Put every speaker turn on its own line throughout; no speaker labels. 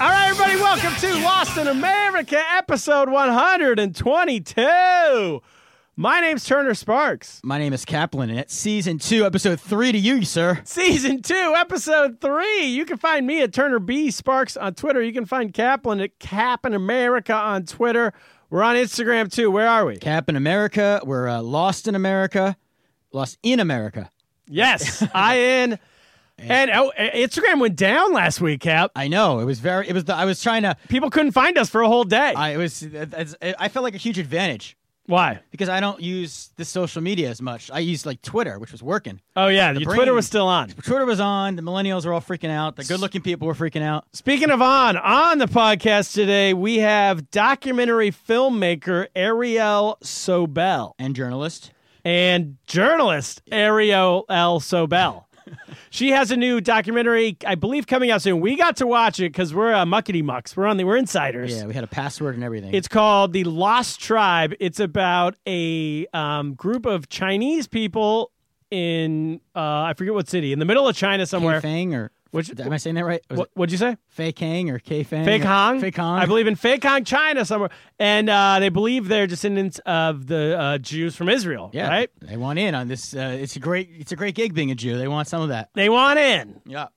All right, everybody, welcome to Lost in America, episode 122. My name's Turner Sparks.
My name is Kaplan, and it's season two, episode three to you, sir.
Season two, episode three. You can find me at Turner B Sparks on Twitter. You can find Kaplan at Cap in America on Twitter. We're on Instagram too. Where are we?
Cap in America. We're uh, Lost in America. Lost in America.
Yes, I in. And oh, Instagram went down last week, Cap.
I know it was very. It was. The, I was trying to.
People couldn't find us for a whole day.
I was. I felt like a huge advantage.
Why?
Because I don't use the social media as much. I use like Twitter, which was working.
Oh yeah, the your brain, Twitter was still on.
Twitter was on. The millennials are all freaking out. The good-looking people were freaking out.
Speaking of on, on the podcast today we have documentary filmmaker Ariel Sobel
and journalist
and journalist Ariel L. Sobel. she has a new documentary, I believe, coming out soon. We got to watch it because we're uh, muckety mucks. We're on the we're insiders.
Yeah, we had a password and everything.
It's called the Lost Tribe. It's about a um, group of Chinese people in uh, I forget what city in the middle of China somewhere.
Fang or which, am I saying that right?
What, would you say?
Fei Kang or K Fang?
Fei Kang.
Fei Kang.
I believe in Fei Kang, China somewhere. And uh, they believe they're descendants of the uh, Jews from Israel.
Yeah.
Right?
They want in on this. Uh, it's a great it's a great gig being a Jew. They want some of that.
They want in.
Yeah.
Want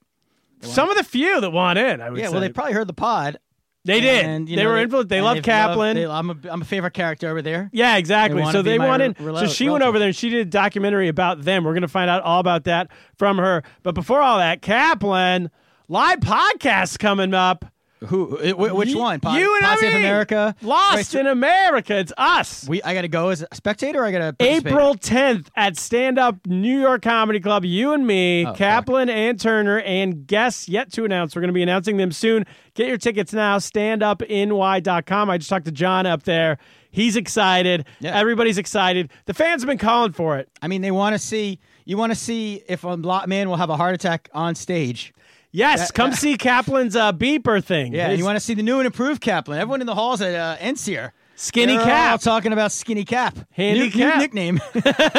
some in. of the few that want in, I would
yeah,
say.
well, they probably heard the pod.
They did. And, they know, were influenced. They, they love Kaplan.
Loved, they, I'm, a, I'm a favorite character over there.
Yeah, exactly. They so they wanted. Re- so she relative. went over there and she did a documentary about them. We're going to find out all about that from her. But before all that, Kaplan live podcast coming up.
Who? It, wh- which
you,
one?
Pod, you and
Pod I mean, America.
Lost Wait, in America. It's us.
We. I got to go as a spectator. I got
to. April 10th at Stand Up New York Comedy Club. You and me, oh, Kaplan fuck. and Turner, and guests yet to announce. We're going to be announcing them soon. Get your tickets now. StandUpNY.com. I just talked to John up there. He's excited. Yeah. Everybody's excited. The fans have been calling for it.
I mean, they want to see. You want to see if a lot man will have a heart attack on stage.
Yes, that, come that. see Kaplan's uh, beeper thing.
Yeah, you want to see the new and improved Kaplan. Everyone in the halls at uh, NCR.
Skinny Cap.
talking about Skinny Cap.
Handicap.
New, new nickname.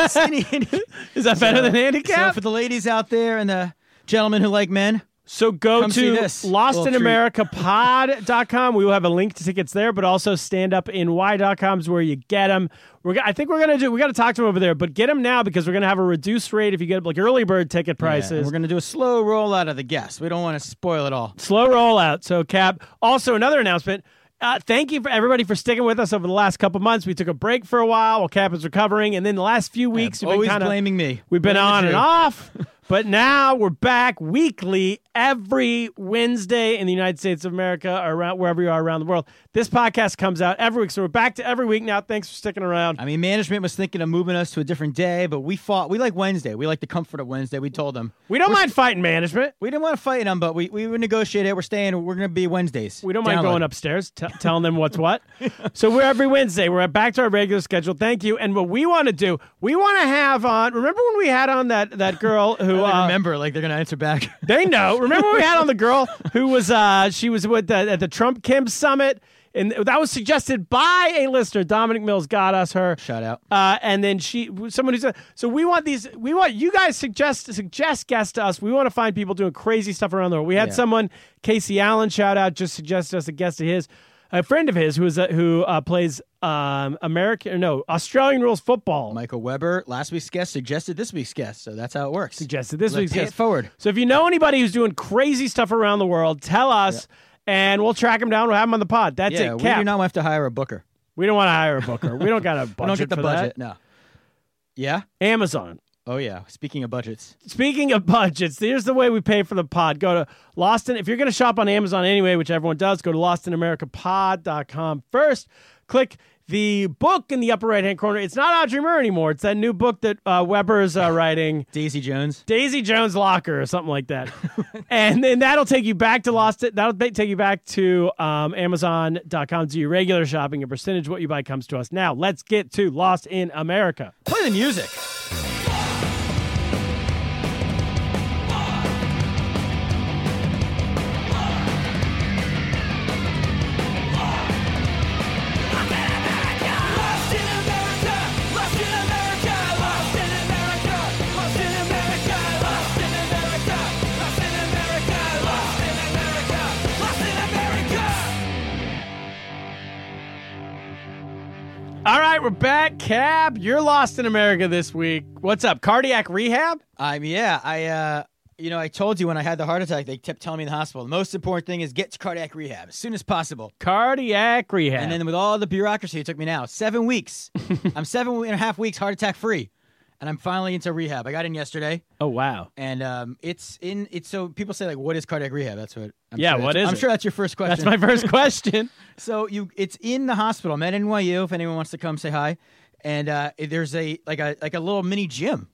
skinny Handicap. Is that better so, than Handicap?
So for the ladies out there and the gentlemen who like men.
So go to lostinamericapod.com. We will have a link to tickets there, but also standupny.com is where you get them. We're, I think we're gonna do. We got to talk to them over there, but get them now because we're gonna have a reduced rate if you get like early bird ticket prices.
Yeah, we're gonna do a slow rollout of the guests. We don't want to spoil it all.
Slow rollout. So Cap. Also another announcement. Uh, thank you for everybody for sticking with us over the last couple months. We took a break for a while while Cap is recovering, and then the last few weeks,
yeah, always
been kinda,
blaming me.
We've been
blaming
on and off. But now we're back weekly every Wednesday in the United States of America or around wherever you are around the world. This podcast comes out every week, so we're back to every week now. Thanks for sticking around.
I mean, management was thinking of moving us to a different day, but we fought. We like Wednesday. We like the comfort of Wednesday. We told them
we don't mind fighting management.
We didn't want to fight them, but we we negotiated. We're staying. We're going to be Wednesdays.
We don't mind Download. going upstairs, t- telling them what's what. so we're every Wednesday. We're back to our regular schedule. Thank you. And what we want to do, we want to have on. Remember when we had on that that girl who uh,
uh, remember? Like they're going to answer back.
they know. Remember we had on the girl who was uh she was with the, at the Trump Kim summit, and that was suggested by a listener. Dominic Mills got us her
Shout out.
uh, and then she, someone who said, so we want these, we want you guys suggest suggest guests to us. We want to find people doing crazy stuff around the world. We had
Yeah.
someone, Casey Allen, shout out, just suggested us a guest of his, a friend of his who is a, who uh, plays um, American, no Australian rules football.
Michael Weber, last week's guest suggested this week's guest, so that's how it works.
suggested this
Like,
week's
pay it
guest.
forward.
So if you know anybody who's doing crazy stuff around the world, tell us. And we'll track them down. We'll have them on the pod. That's
yeah,
it.
we
Cap.
do not have to hire a booker.
we don't want to hire a booker. We don't got a budget.
We don't get the
for
budget. No. Yeah.
That. Amazon.
Oh yeah. Speaking of budgets,
Speaking of budgets, here's the way we pay for the pod. Go to Lost in, if you're going to shop on Amazon anyway, which everyone does, go to lostinamericapod.com first. Click the book in the upper right hand corner. It's not Audrey Murr anymore. It's that new book that uh, Weber's uh, writing.
Daisy Jones.
Daisy Jones Locker or something like that. and then that'll take you back to Lost It. That'll ba- take you back to um, Amazon.com. Do your regular shopping. A percentage of what you buy comes to us. Now, let's get to Lost in America.
Play the music.
All right, we're back. Cab, you're lost in America this week. What's up? Cardiac rehab?
I'm yeah. I uh, you know, I told you when I had the heart attack, they kept telling me in the hospital. The most important thing is get to cardiac rehab as soon as possible.
Cardiac rehab.
And then with all the bureaucracy, it took me now seven weeks. I'm seven and a half weeks heart attack free, and I'm finally into rehab. I got in yesterday,
oh wow,
and um, it's in it's so people say like, what is cardiac rehab? That's what. I'm
Yeah,
sure
what
that's-
is
I'm
it?
sure that's your first question.
that's my first question.
So you, it's in the hospital. I'm at NYU. If anyone wants to come say hi, and uh, there's a like a like a little mini gym.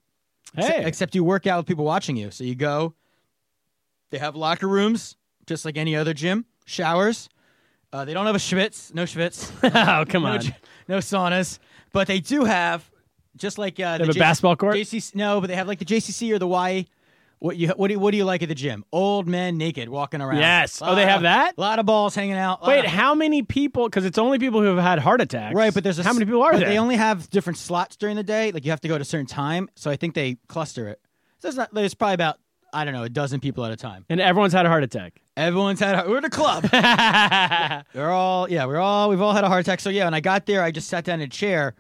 Hey,
Except you work out with people watching you. So you go. They have locker rooms, just like any other gym. Showers. Uh, they don't have a schwitz. No schwitz.
oh come
no,
on,
gy- no saunas, but they do have just like uh,
They
the
have a basketball court?
JCC, no, but they have like the JCC or the Y. What you what do you, what do you like at the gym? Old men naked walking around.
Yes. Oh, they have that?
A lot of balls hanging out.
wait,
Lot of-
how many people? Because it's only people who have had heart attacks,
right? But there's a,
how
s-
many people are
but
there?
They only have different slots during the day. Like you have to go at a certain time, so I think they cluster it. So there's not there's probably about I don't know a dozen people at a time.
and everyone's had a heart attack.
Everyone's had a, we're at a club. we're all yeah, we're all we've all had a heart attack. So yeah, when I got there, I just sat down in a chair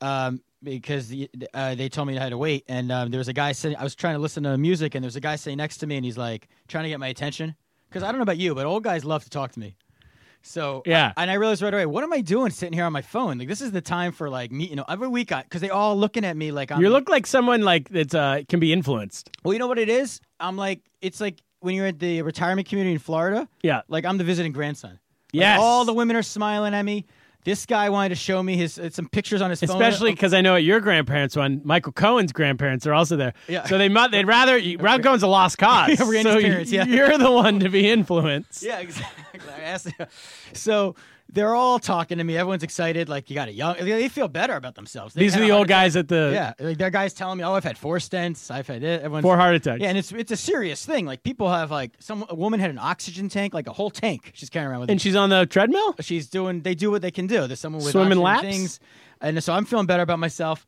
um, because the, uh, they told me I had to wait. And um, there was a guy sitting. I was trying to listen to music, and there was a guy sitting next to me, and he's like trying to get my attention because I don't know about you, but old guys love to talk to me. So
Yeah.
and I realized right away, what am I doing sitting here on my phone? Like this is the time for like me, you know, every week I because they all looking at me like I'm
You look like someone like that's uh can be influenced.
well, you know what it is? I'm like, it's like when you're at the retirement community in Florida.
Yeah.
Like I'm the visiting grandson. Like,
Yes.
all the women are smiling at me. This guy wanted to show me his uh, some pictures on his phone.
Especially because I know at your grandparents' one, Michael Cohen's grandparents are also there.
Yeah.
So they might they'd rather you, Ralph Cohen's a lost cause.
Yeah, Randy's
so
parents, yeah.
you're the one to be influenced.
Yeah, exactly. I asked- so they're all talking to me. Everyone's excited. Like you got a young. They they feel better about themselves. They've
These are
had
the
a
old
heart
guys at the
attack. Yeah, like there are guys telling me, "Oh, I've had four stents. I've had it." Everyone's
four heart attacks.
Yeah, and it's it's a serious thing. Like people have like some a woman had an oxygen tank, like a whole tank. She's carrying around with.
and she's on the treadmill.
she's doing they do what they can do. There's someone with
Swimming
oxygen
laps?
things. And so I'm feeling better about myself.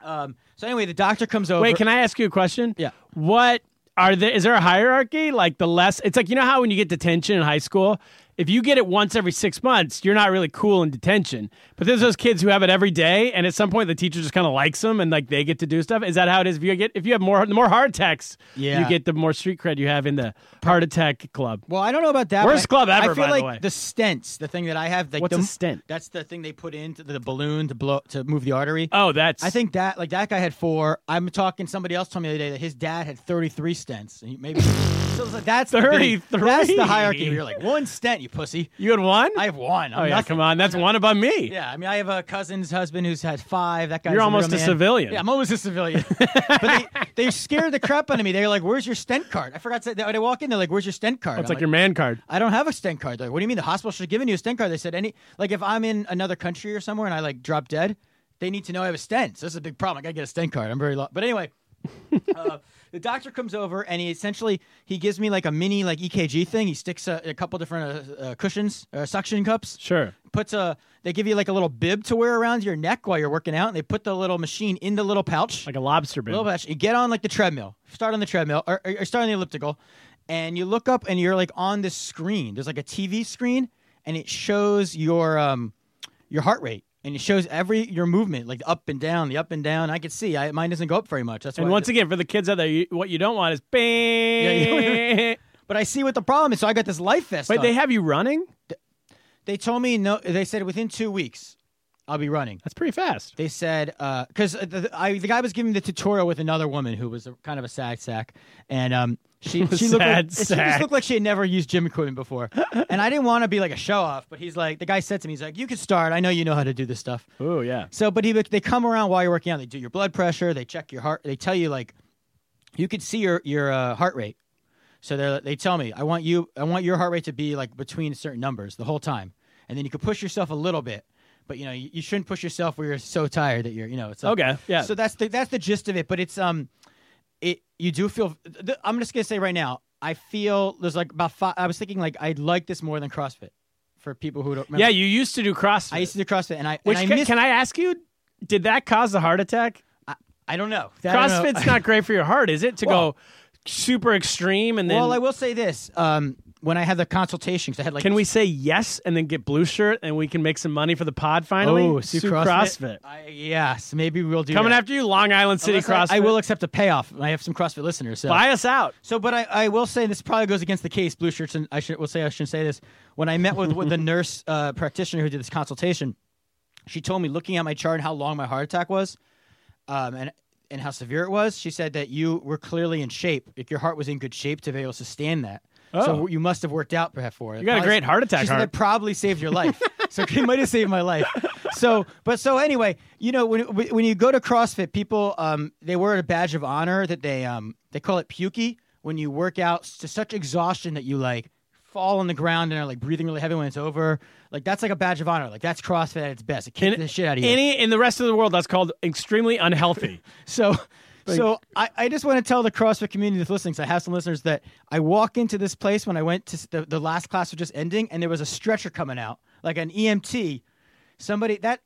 Um, so anyway, the doctor comes over.
Wait, can I ask you a question?
Yeah.
What are there? Is there a hierarchy? Like the less, it's like you know how when you get detention in high school, if you get it once every six months, you're not really cool in detention. But there's those kids who have it every day, and at some point the teacher just kind of likes them, and like they get to do stuff. Is that how it is? If you get if you have more the more heart attacks,
Yeah.
you get the more street cred you have in the heart attack club.
Well, I don't know about that.
Worst
but I-
club ever,
I feel
by the
like
way.
stents, the thing that I have. Like
What's
the,
a stent?
That's the thing they put into the balloon to blow to move the artery.
Oh, that's
I think that like that guy had four. I'm talking. Somebody else told me the other day that his dad had 33 stents. And he- maybe so it's like, that's the big-
33?
that's the hierarchy. You're like one stent, you pussy.
you had one.
I have one. I'm
oh yeah,
nothing.
come on, that's one above me.
Yeah, I mean, I have a cousin's husband who's had five. That guy's
You're
a real
almost a
man.
civilian.
Yeah, I'm almost a civilian. but they, they scared the crap out of me. They're like, "Where's your stent card?" I forgot. To, when I walk in, they're like, "Where's your stent card?"
That's
I'm
like your man card.
I don't have a stent card. They're like, "What do you mean? The hospital should have given you a stent card." They said, "Any like if I'm in another country or somewhere and I like drop dead, they need to know I have a stent. So this is a big problem. I gotta get a stent card. I'm very low. But anyway, uh, the doctor comes over and he essentially he gives me like a mini like EKG thing. He sticks a, a couple different uh, uh, cushions or suction cups.
Sure.
Puts a they give you like a little bib to wear around your neck while you're working out, and they put the little machine in the little pouch.
Like a lobster bin.
Little patch. You get on like the treadmill. Start on the treadmill or, or start on the elliptical, and you look up and you're like on this screen. There's like a TV screen, and it shows your um your heart rate. And it shows every your movement, like up and down, the up and down. I could see I, mine doesn't go up very much. That's why
and
I
once
just-
again, for the kids out there, you, what you don't want is bang.
Yeah, but I see what the problem is. So I got this life vest.
Wait,
on.
they have you running?
They told me no. They said within two weeks, I'll be running.
That's pretty fast.
They said because the, the- I, the guy was giving the tutorial with another woman who was a, kind of a sad sack, and um, she she looked
Sad
like, she
sack.
just looked like she had never used gym equipment before, and I didn't want to be like a show off. But he's like, the guy said to me, he's like, you can start. I know you know how to do this stuff.
Oh yeah.
So, but he they come around while you're working out. They do your blood pressure. They check your heart. They tell you like, you could see your your uh, heart rate. So they they tell me I want you I want your heart rate to be like between certain numbers the whole time, and then you could push yourself a little bit. But you know you, you shouldn't push yourself where you're so tired that you're you know it's like,
Okay, yeah.
So that's the that's the gist of it. But it's um, it you do feel. Th- I'm just gonna say right now I feel there's like about five. I was thinking like I'd like this more than CrossFit for people who don't. remember.
Yeah, you used to do CrossFit.
I used to do CrossFit and I
Which
and
ca-
I missed
can I ask you? Did that cause the heart attack?
I, I don't know. That I don't know.
CrossFit's not great for your heart, is it? To go super extreme and then.
well, I will say this: um, when I had the consultation, 'cause I had like,
Can we say yes and then get blue shirt and we can make some money for the pod finally?
Oh,
Sue
Sue
CrossFit.
CrossFit. I, yes, maybe we'll do
Coming
that.
after you, Long Island City
Unless
CrossFit.
I, I will accept a payoff. I have some CrossFit listeners. So.
buy us out.
So, but I, I will say this probably goes against the case. Blue shirts, and I should will say I shouldn't say this. When I met with, with the nurse uh, practitioner who did this consultation, she told me looking at my chart and how long my heart attack was, um, and and how severe it was. She said that you were clearly in shape. Like your heart was in good shape to be able to sustain that.
Oh.
So you must have worked out perhaps for it.
You got a great heart attack
She said
heart.
that probably saved your life. so it might have saved my life. So, but so anyway, you know, when when you go to CrossFit, people um, they wear a badge of honor that they um, they call it pukey when you work out to such exhaustion that you like fall on the ground and are like breathing really heavy when it's over. Like that's like a badge of honor. Like that's CrossFit at its best. It kicks
In-
the shit out of you.
Any in the rest of the world, that's called extremely unhealthy.
So, so I, I just want to tell the CrossFit community that's listening, 'cause I have some listeners that I walk into this place when I went to s- the, the last class was just ending, and there was a stretcher coming out, like an EMT. Somebody that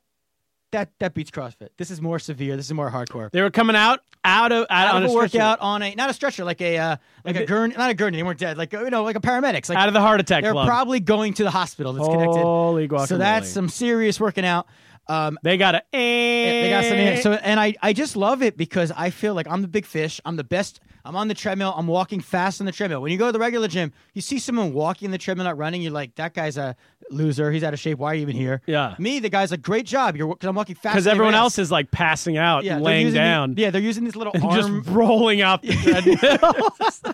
that that beats CrossFit. This is more severe. This is more hardcore.
they were coming out out of out,
Out
on
of a
stretcher.
workout on a not a stretcher, like a uh, like a gurney, not a gurney. They weren't dead, like you know, like a paramedics, like
out of the heart attack
They're
club.
probably going to the hospital that's connected.
Holy
So
guacamole.
that's some serious working out. Um,
they got a.
yeah, they got some
eh.
So and I, I just love it because I feel like I'm the big fish. I'm the best. I'm on the treadmill. I'm walking fast on the treadmill. When you go to the regular gym, you see someone walking the treadmill, not running. You're like, that guy's a loser. He's out of shape. Why are you even here?
Yeah.
Me, the guy's like, great job. You're because I'm walking fast.
because everyone else is like passing out, and laying down,
yeah, they're using these little
and
arm.
just rolling off the treadmill.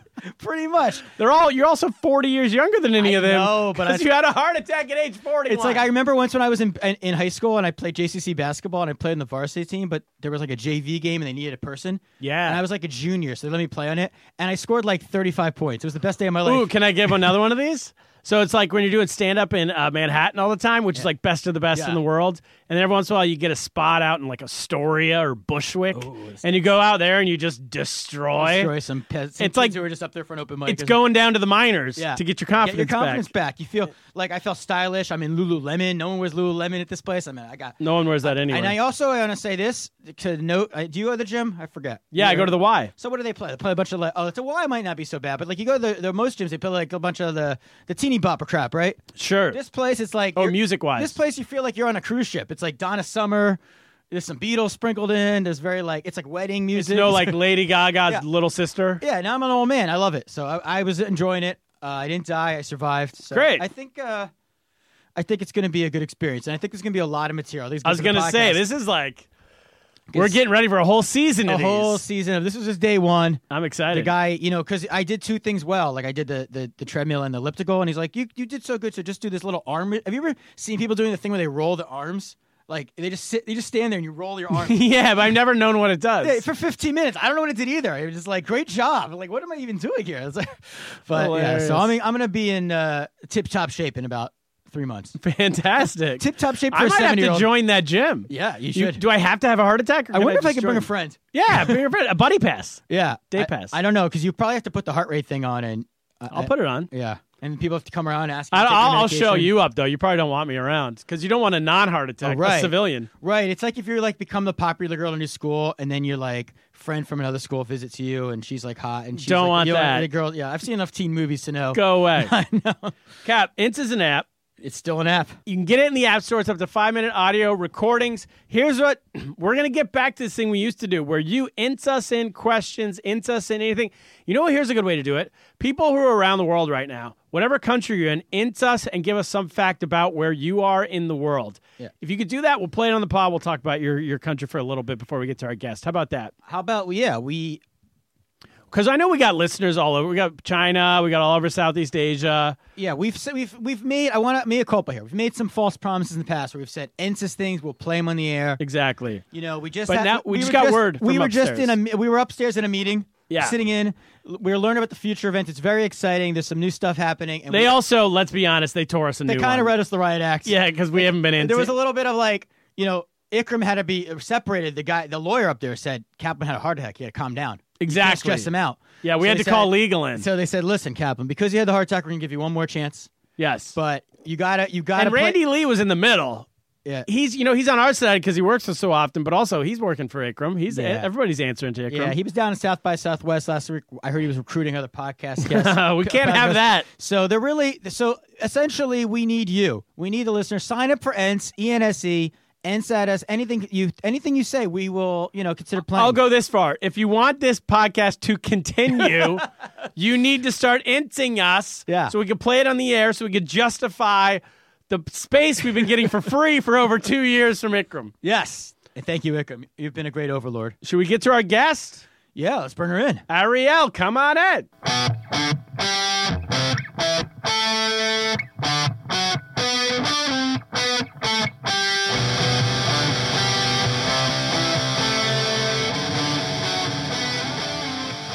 pretty much.
They're all. You're also 40 years younger than any
I
of them.
know, but I-
'cause you had a heart attack at age 40.
It's like I remember once when I was in, in in high school and I played JCC basketball and I played in the varsity team, but there was like a JV game and they needed a person.
Yeah.
and I was like a junior, so they let me play on it, and I scored like 35 points. It was the best day of my life.
Ooh, can I give another one of these? So it's like when you're doing stand up in uh, Manhattan all the time, which is like best of the best
Yeah.
in the world. And every once in a while, you get a spot out in like Astoria or Bushwick, and you go out there and you just destroy.
Destroy some pets. Some
It's like-
kids who were just up there for an open mic.
It's
There's-
going down to the minors
Yeah.
to get your
Get your
confidence,
confidence
back.
back. You feel like I felt stylish. I'm in Lululemon. No one wears Lululemon at this place. I mean, I got.
No one wears that anyway.
And I also I want to say this to note. I- Do you go to the gym? I forget.
yeah, I
You're-
go to the Y.
So what do they play? They play a bunch of like oh, it's a Y might not be so bad, but like you go to the, the most gyms, they play like a bunch of the the teeny bopper crap, right?
Sure.
This place, it's like
Oh,
you're-
music-wise.
This place, you feel like you're on a cruise ship. It's like Donna Summer. There's some Beatles sprinkled in. There's very like it's like wedding
it's
music.
no like Lady Gaga's
Yeah.
little sister.
yeah. Now I'm an old man. I love it. So I, I was enjoying it. Uh, I didn't die. I survived. So
Great.
I think. uh I think it's going to be a good experience, and I think there's going to be a lot of material. I think it's
I was
good for
gonna
the
say
podcast.
this is like we're getting ready for a whole season
a
of
whole
these.
season of this is just day one.
I'm excited.
the guy, you know, because I did two things well. Like I did the, the the treadmill and the elliptical, and he's like, "You you did so good, so just do this little arm." Have you ever seen people doing the thing where they roll the arms? Like they just sit, they just stand there and you roll your arms
yeah, but I've never known what it does.
Yeah, for 15 minutes. I don't know what it did either. It was just like, "Great job!" Like, what am I even doing here? It's like, but yeah,
Hilarious.
so I mean, I'm gonna be in uh, tip top shape in about three months.
Fantastic.
Tip top shape for
I
a
might
seven
have
year
to
old.
join that gym.
yeah, you
You-
should.
do I have to have a heart attack? Or
I
can
wonder if I
just
could bring
join?
a friend.
Yeah, bring a friend. A buddy pass.
Yeah,
Day
I-
pass.
I, don't know because you probably have to put the heart rate thing on, and I-
I'll
I-
put it on.
Yeah, and people have to come around and ask. you
I,
to take your
I'll, I'll show
medication.
you up though. You probably don't want me around because you don't want a non-heart attack,
Oh, right.
a civilian.
Right, it's like if you're like become the popular girl in your school, and then your like friend from another school visits you, and she's like hot, and she's
Don't
like,
want
"You know what,
that.
The girl, yeah, I've seen enough teen movies to know.
Go away.
I know
Cap, Ints is an app.
it's still an app.
You can get it in the app store. It's up to five minute audio recordings. Here's what we're gonna get back to this thing we used to do, where you ints us in questions, ints us in anything. You know what? Here's a good way to do it. People who are around the world right now, whatever country you're in, ints us and give us some fact about where you are in the world.
Yeah.
If you could do that, we'll play it on the pod. We'll talk about your your country for a little bit before we get to our guest. How about that?
How about yeah, we
Because I know we got listeners all over. We got China. We got all over Southeast Asia.
yeah we've said- we've we've made I want to make a culpa here. We've made some false promises in the past where we've said NSYS things, we'll play them on the air.
Exactly.
You know, we just
But
had-
now- we just
were
got word
We
from
were just
upstairs.
in a me- we were upstairs in a meeting.
Yeah.
sitting in. L- We were learning about the future event. It's very exciting. There's some new stuff happening. And
They
we,
also, let's be honest, they tore us a
they
new
kind of
one.
read us the riot act.
Yeah, because we haven't been in.
there was a little bit of like you know. Ikram had to be separated. The guy, the lawyer up there said Kaplan had a heart attack. He had to calm down. You can't
Exactly.
stress him out.
Yeah, we
So
had
they
to call
said-
legal in.
So they said, "Listen, Kaplan, because you had the heart attack, we're gonna give you one more chance,
yes,
but you gotta, you gotta."
and
play-
Randy Lee was in the middle.
yeah,
He's, you know, he's on our side because he works us so often, but also he's working for Ikram. He's
Yeah.
everybody's answering to Ikram.
yeah, he was down in South by Southwest last week. I heard he was recruiting other podcast guests.
we can't have that.
So they're really so essentially we need you. We need the listener. Sign up for E ENS, ENSE, ENS at us. Anything you anything you say, we will, you know, consider playing.
I'll go this far. If you want this podcast to continue, you need to start inting us
Yeah.
so we can play it on the air so we can justify the space we've been getting for free for over two years from Ikram.
Yes. And thank you, Ikram. You've been a great overlord.
Should we get to our guest?
Yeah, let's burn her in.
Ariel, come on in.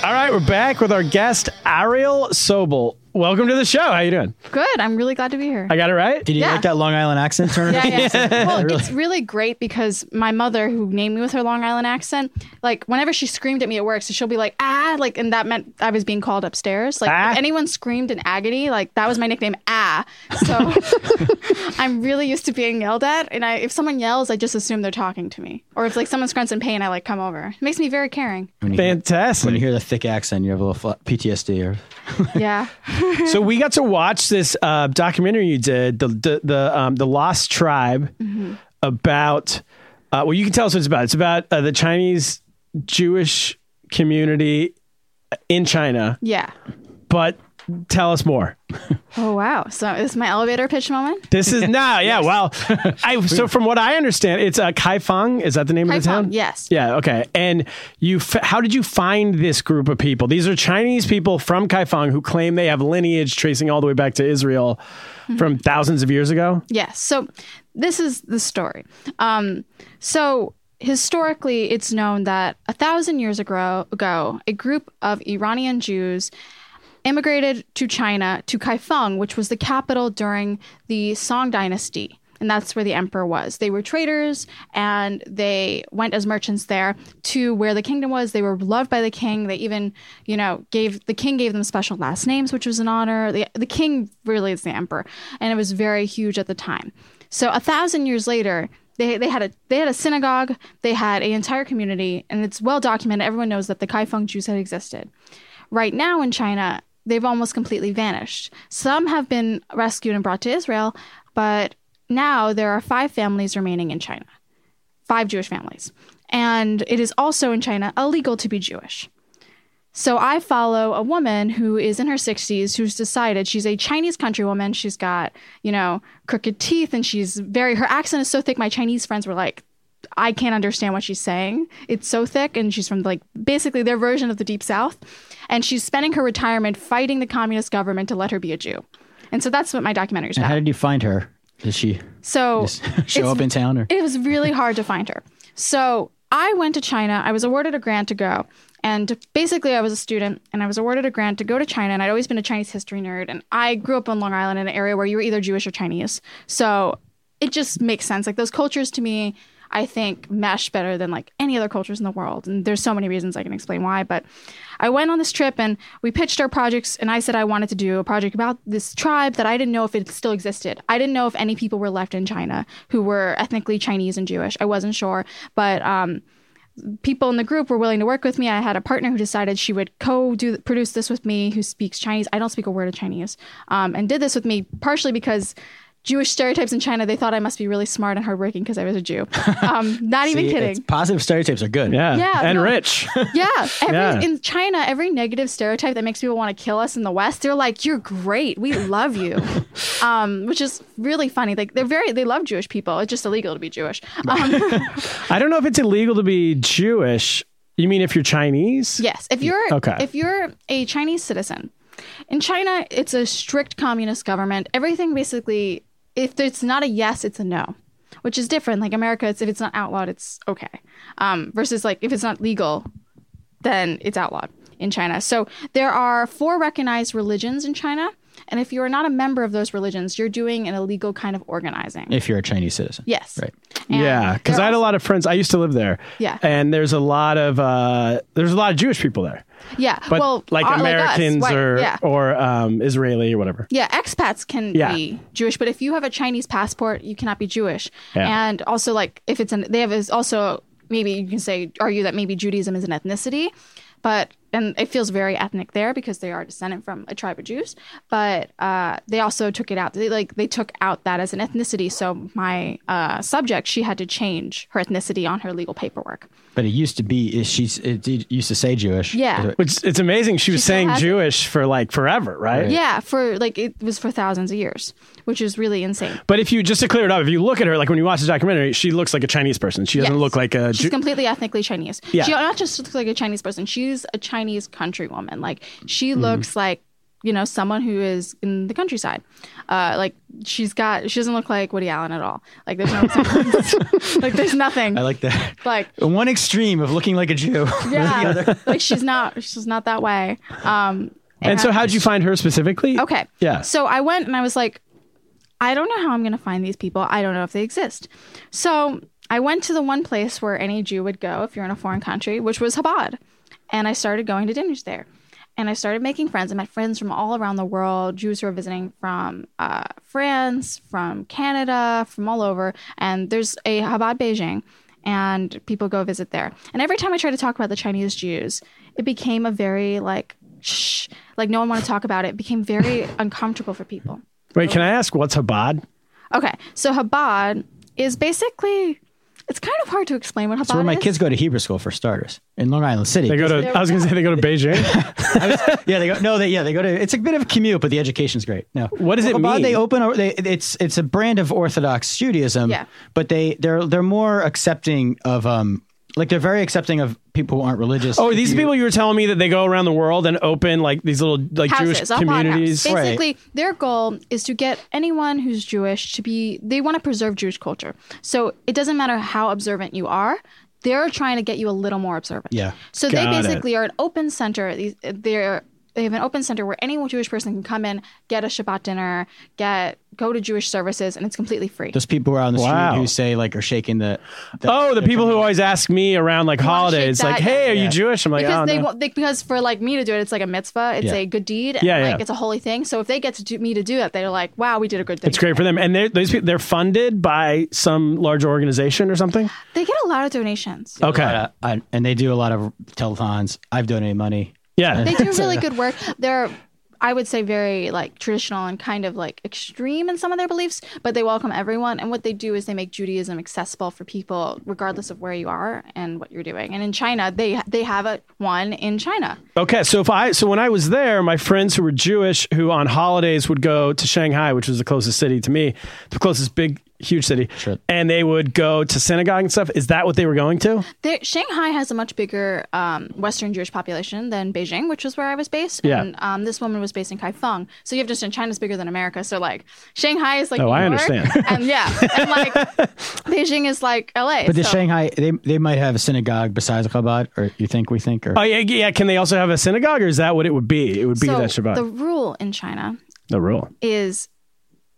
All right, we're back with our guest, Ariel Sobel. Welcome to the show. How you doing?
Good. I'm really glad to be here.
I got it right?
Did you
Yeah.
like that Long Island accent turn?
yeah, yeah. Well, it's really great because my mother, who named me with her Long Island accent, like whenever she screamed at me at work, so she'll be like, ah, like, and that meant I was being called upstairs. Like,
Ah.
if anyone screamed in agony, like that was my nickname, ah. So I'm really used to being yelled at. And I, if someone yells, I just assume they're talking to me. Or if like someone grunts in pain, I like come over. It makes me very caring.
When you
Fantastic.
hear the thick accent, you have a little fl- PTSD. Or...
Yeah.
so we got to watch this uh, documentary you did, the the the, um, the Lost Tribe, about. Uh, well, you can tell us what it's about. It's about uh, the Chinese Jewish community in China,
Yeah.
but tell us more.
Oh, wow. So is this my elevator pitch moment?
This is no, yeah. Well, I so from what I understand, it's uh, Kaifeng. Is that the name of the
Kaifeng,
town?
yes.
Yeah. Okay. And you, f- how did you find this group of people? These are Chinese people from Kaifeng who claim they have lineage tracing all the way back to Israel
Mm-hmm.
from thousands of years ago.
Yes. So this is the story. Um, so historically, it's known that a thousand years ago, ago, a group of Iranian Jews immigrated to China to Kaifeng, which was the capital during the Song Dynasty. And that's where the emperor was. They were traders and they went as merchants there to where the kingdom was. They were loved by the king. They even, you know, gave the king gave them special last names, which was an honor. The, the king really is the emperor. And it was very huge at the time. So a thousand years later, they, they had a they had a synagogue, they had an entire community, and it's well documented. Everyone knows that the Kaifeng Jews had existed right now in China, they've almost completely vanished. Some have been rescued and brought to Israel, but now there are five families remaining in China, five Jewish families. And it is also in China illegal to be Jewish. So I follow a woman who is in her 60s who's decided she's a Chinese countrywoman. She's got, you know, crooked teeth and she's very, her accent is so thick. My Chinese friends were like, I can't understand what she's saying. It's so thick. And she's from like basically their version of the Deep South. And she's spending her retirement fighting the communist government to let her be a Jew. And so that's what my documentary is
How
about.
did you find her? Did she
So
show
Oh, it's-
up in town? Or
it was really hard to find her. So I went to China. I was awarded a grant to go, And basically, I was a student and I was awarded a grant to go to China. And I'd always been a Chinese history nerd. And I grew up on Long Island in an area where you were either Jewish or Chinese. So it just makes sense. Like those cultures to me, I think mesh better than like any other cultures in the world. And there's so many reasons I can explain why. But I went on this trip and we pitched our projects. And I said I wanted to do a project about this tribe that I didn't know if it still existed. I didn't know if any people were left in China who were ethnically Chinese and Jewish. I wasn't sure. But, um, people in the group were willing to work with me. I had a partner who decided she would co-do produce this with me, who speaks Chinese. I don't speak a word of Chinese, um, and did this with me partially because Jewish stereotypes in China. They thought I must be really smart and hardworking because I was a Jew. Um, not even
See,
kidding.
it's- positive stereotypes are good.
Yeah.
Yeah,
and
no.
rich.
Yeah, every,
Yeah.
in China, every negative stereotype that makes people want to kill us in the West, they're like, "You're great, we love you," um, which is really funny. Like they're very, they love Jewish people. It's just illegal to be Jewish. Um,
I don't know if it's illegal to be Jewish. You mean if you're Chinese?
Yes, if you're
Okay.
if you're a Chinese citizen in China, it's a strict communist government. Everything basically, if it's not a yes, it's a no, which is different. Like America, it's if it's not outlawed, it's okay. Um, versus like if it's not legal, then it's outlawed in China. So there are four recognized religions in China, and if you are not a member of those religions, you're doing an illegal kind of organizing.
If you're a Chinese citizen.
yes.
Right.
And
Yeah, because
there
I had a
are-
lot of friends. I used to live there.
Yeah.
and there's a lot of uh, there's a lot of Jewish people there,
Yeah.
but
well,
like
uh, us,
Americans
white-
or
yeah.
or um, Israeli or whatever.
Yeah, expats can
Yeah.
be Jewish, but if you have a Chinese passport, you cannot be Jewish.
Yeah.
And also, like, if it's an, they have is also maybe you can say argue that maybe Judaism is an ethnicity, but and it feels very ethnic there because they are descendant from a tribe of Jews. But uh, they also took it out. They like they took out that as an ethnicity. So my uh, subject, she had to change her ethnicity on her legal paperwork.
But it used to be, she's, it did- used to say Jewish.
Yeah.
Which it's amazing. She was
still
saying
has it.
Jewish for like forever, right?
Yeah, for like it was for thousands of years, which is really insane.
But if you just to clear it up, if you look at her, like when you watch the documentary, she looks like a Chinese person. She doesn't
Yes.
look like a
She's
Jew.
completely ethnically Chinese.
Yeah.
She not just looks like a Chinese person. She's a Chinese countrywoman. Like she
Mm-hmm.
looks like you know someone who is in the countryside. Uh, like she's got. She doesn't look like Woody Allen at all. Like there's no resemblance. like there's nothing.
I like that.
like
One extreme of looking like a Jew.
yeah. like she's not. She's not that way. Um.
and so, how'd you find her specifically?
Okay.
Yeah.
So I went and I was like, I don't know how I'm going to find these people. I don't know if they exist. So I went to the one place where any Jew would go if you're in a foreign country, which was Chabad. And I started going to dinners there. And I started making friends. I met friends from all around the world, Jews who were visiting from uh, France, from Canada, from all over. And there's a Chabad Beijing, and people go visit there. And every time I tried to talk about the Chinese Jews, it became a very like, shh, like no one wanted to talk about it. It became very uncomfortable for people.
Wait, can I ask what's Habad?
Okay, so Chabad is basically it's kind of hard to explain what Chabad
That's where my
is.
kids go to Hebrew school for starters in Long Island City.
They go to. I was gonna say they go to Beijing.
yeah, they go. No, they yeah, they go to. It's a bit of a commute, but the education's great. No,
What does it
Chabad,
mean?
They open. a- They, it's it's a brand of Orthodox Judaism.
Yeah.
but they they're they're more accepting of um like they're very accepting of people who aren't religious.
oh,
If
these
you-
people you were telling me that they go around the world and open like these little like Jewish
houses, a pod
communities.
House.
Right.
Basically, their goal is to get anyone who's Jewish to be. They want to preserve Jewish culture, so it doesn't matter how observant you are. They're trying to get you a little more observant.
Yeah.
So
Got
they
it.
basically are an open center. These- They're they have an open center where any Jewish person can come in, get a Shabbat dinner, get go to Jewish services, and it's completely free.
those people who are on the
Wow.
street who say like are shaking the. the
Oh, the people who always ask me around like
wanna shake
holidays, like,
that-
"Hey, are
Yeah.
you Jewish?" I'm like,
because
"Oh
they,
no."
won't, they because for like me to do it, it's like a mitzvah. It's
Yeah.
a good deed. And
Yeah, yeah.
like it's a holy thing. So if they get to do me to do that, they're like, wow, we did a good thing.
It's great for them, and they're these people, they're funded by some large organization or something.
They get a lot of donations.
Okay,
uh, I- and they do a lot of telethons. I've donated money.
yeah,
They do really good work. They're I would say very like traditional and kind of like extreme in some of their beliefs, but they welcome everyone. And what they do is they make Judaism accessible for people, regardless of where you are and what you're doing. And in China, they they have a one in China.
Okay, so if I so when I was there, my friends who were Jewish who on holidays would go to Shanghai, which was the closest city to me, the closest big huge city,
Sure.
and they would go to synagogue and stuff. Is that what they were going to?
There, Shanghai has a much bigger um, Western Jewish population than Beijing, which was where I was based.
Yeah.
And um, this woman was based in Kaifeng. So you have to understand China's bigger than America. So, like, Shanghai is like.
Oh,
New
I
York,
understand.
And yeah. And like, Beijing is like LA.
But the
so-
Shanghai, they they might have a synagogue besides Chabad, or you think we think, or
Oh yeah, yeah. Can they also have a synagogue, or is that what it would be? It would be
so
that Shabbat.
The
The,
rule in China
rule.
is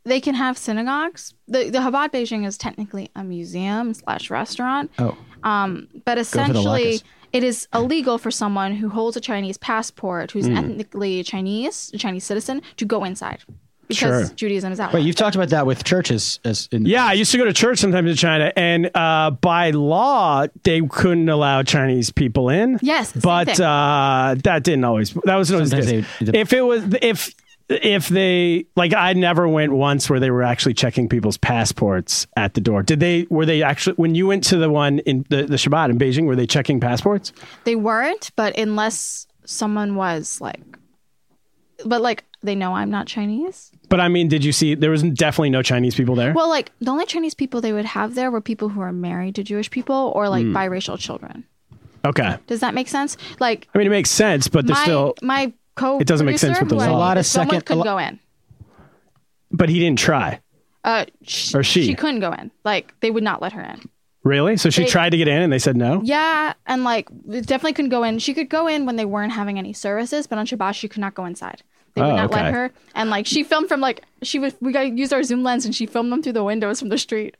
they can have synagogues. The, the Chabad Beijing is technically a museum slash restaurant.
oh,
Um, but
the
essentially,
Lacus.
it is illegal for someone who holds a Chinese passport, who's
Hmm.
ethnically Chinese, a Chinese citizen, to go inside because
Sure.
Judaism is out.
wait, you've talked about that with churches as in
Yeah, I used to go to church sometimes in China, and uh, by law they couldn't allow Chinese people in.
Yes, same
but
thing.
uh, that didn't always. That was always the
Sometimes
case.
they-
if it was if if they like I never went once where they were actually checking people's passports at the door. Did they were they actually when you went to the one in the, the Shabbat in Beijing were they checking passports?
they weren't, but unless someone was like, but like they know I'm not Chinese.
But I mean, did you see there was definitely no Chinese people there?
Well, like the only Chinese people they would have there were people who are married to Jewish people or
Hmm.
like biracial children.
okay.
Does that make sense? Like
I mean, it makes sense, but there's
my
still
my co
It doesn't make sense with the law. A
lot of
someone
second-
could
a lo-
go in.
but he didn't try.
Uh, sh-
Or she.
she couldn't go in. Like they would not let her in.
Really? So she
They-
tried to get in and they said no?
Yeah, and like definitely couldn't go in. She could go in when they weren't having any services, but on Shabbat she could not go inside. They would
Oh,
not
okay.
let her. And like she filmed from like she was we got used our zoom lens and she filmed them through the windows from the street.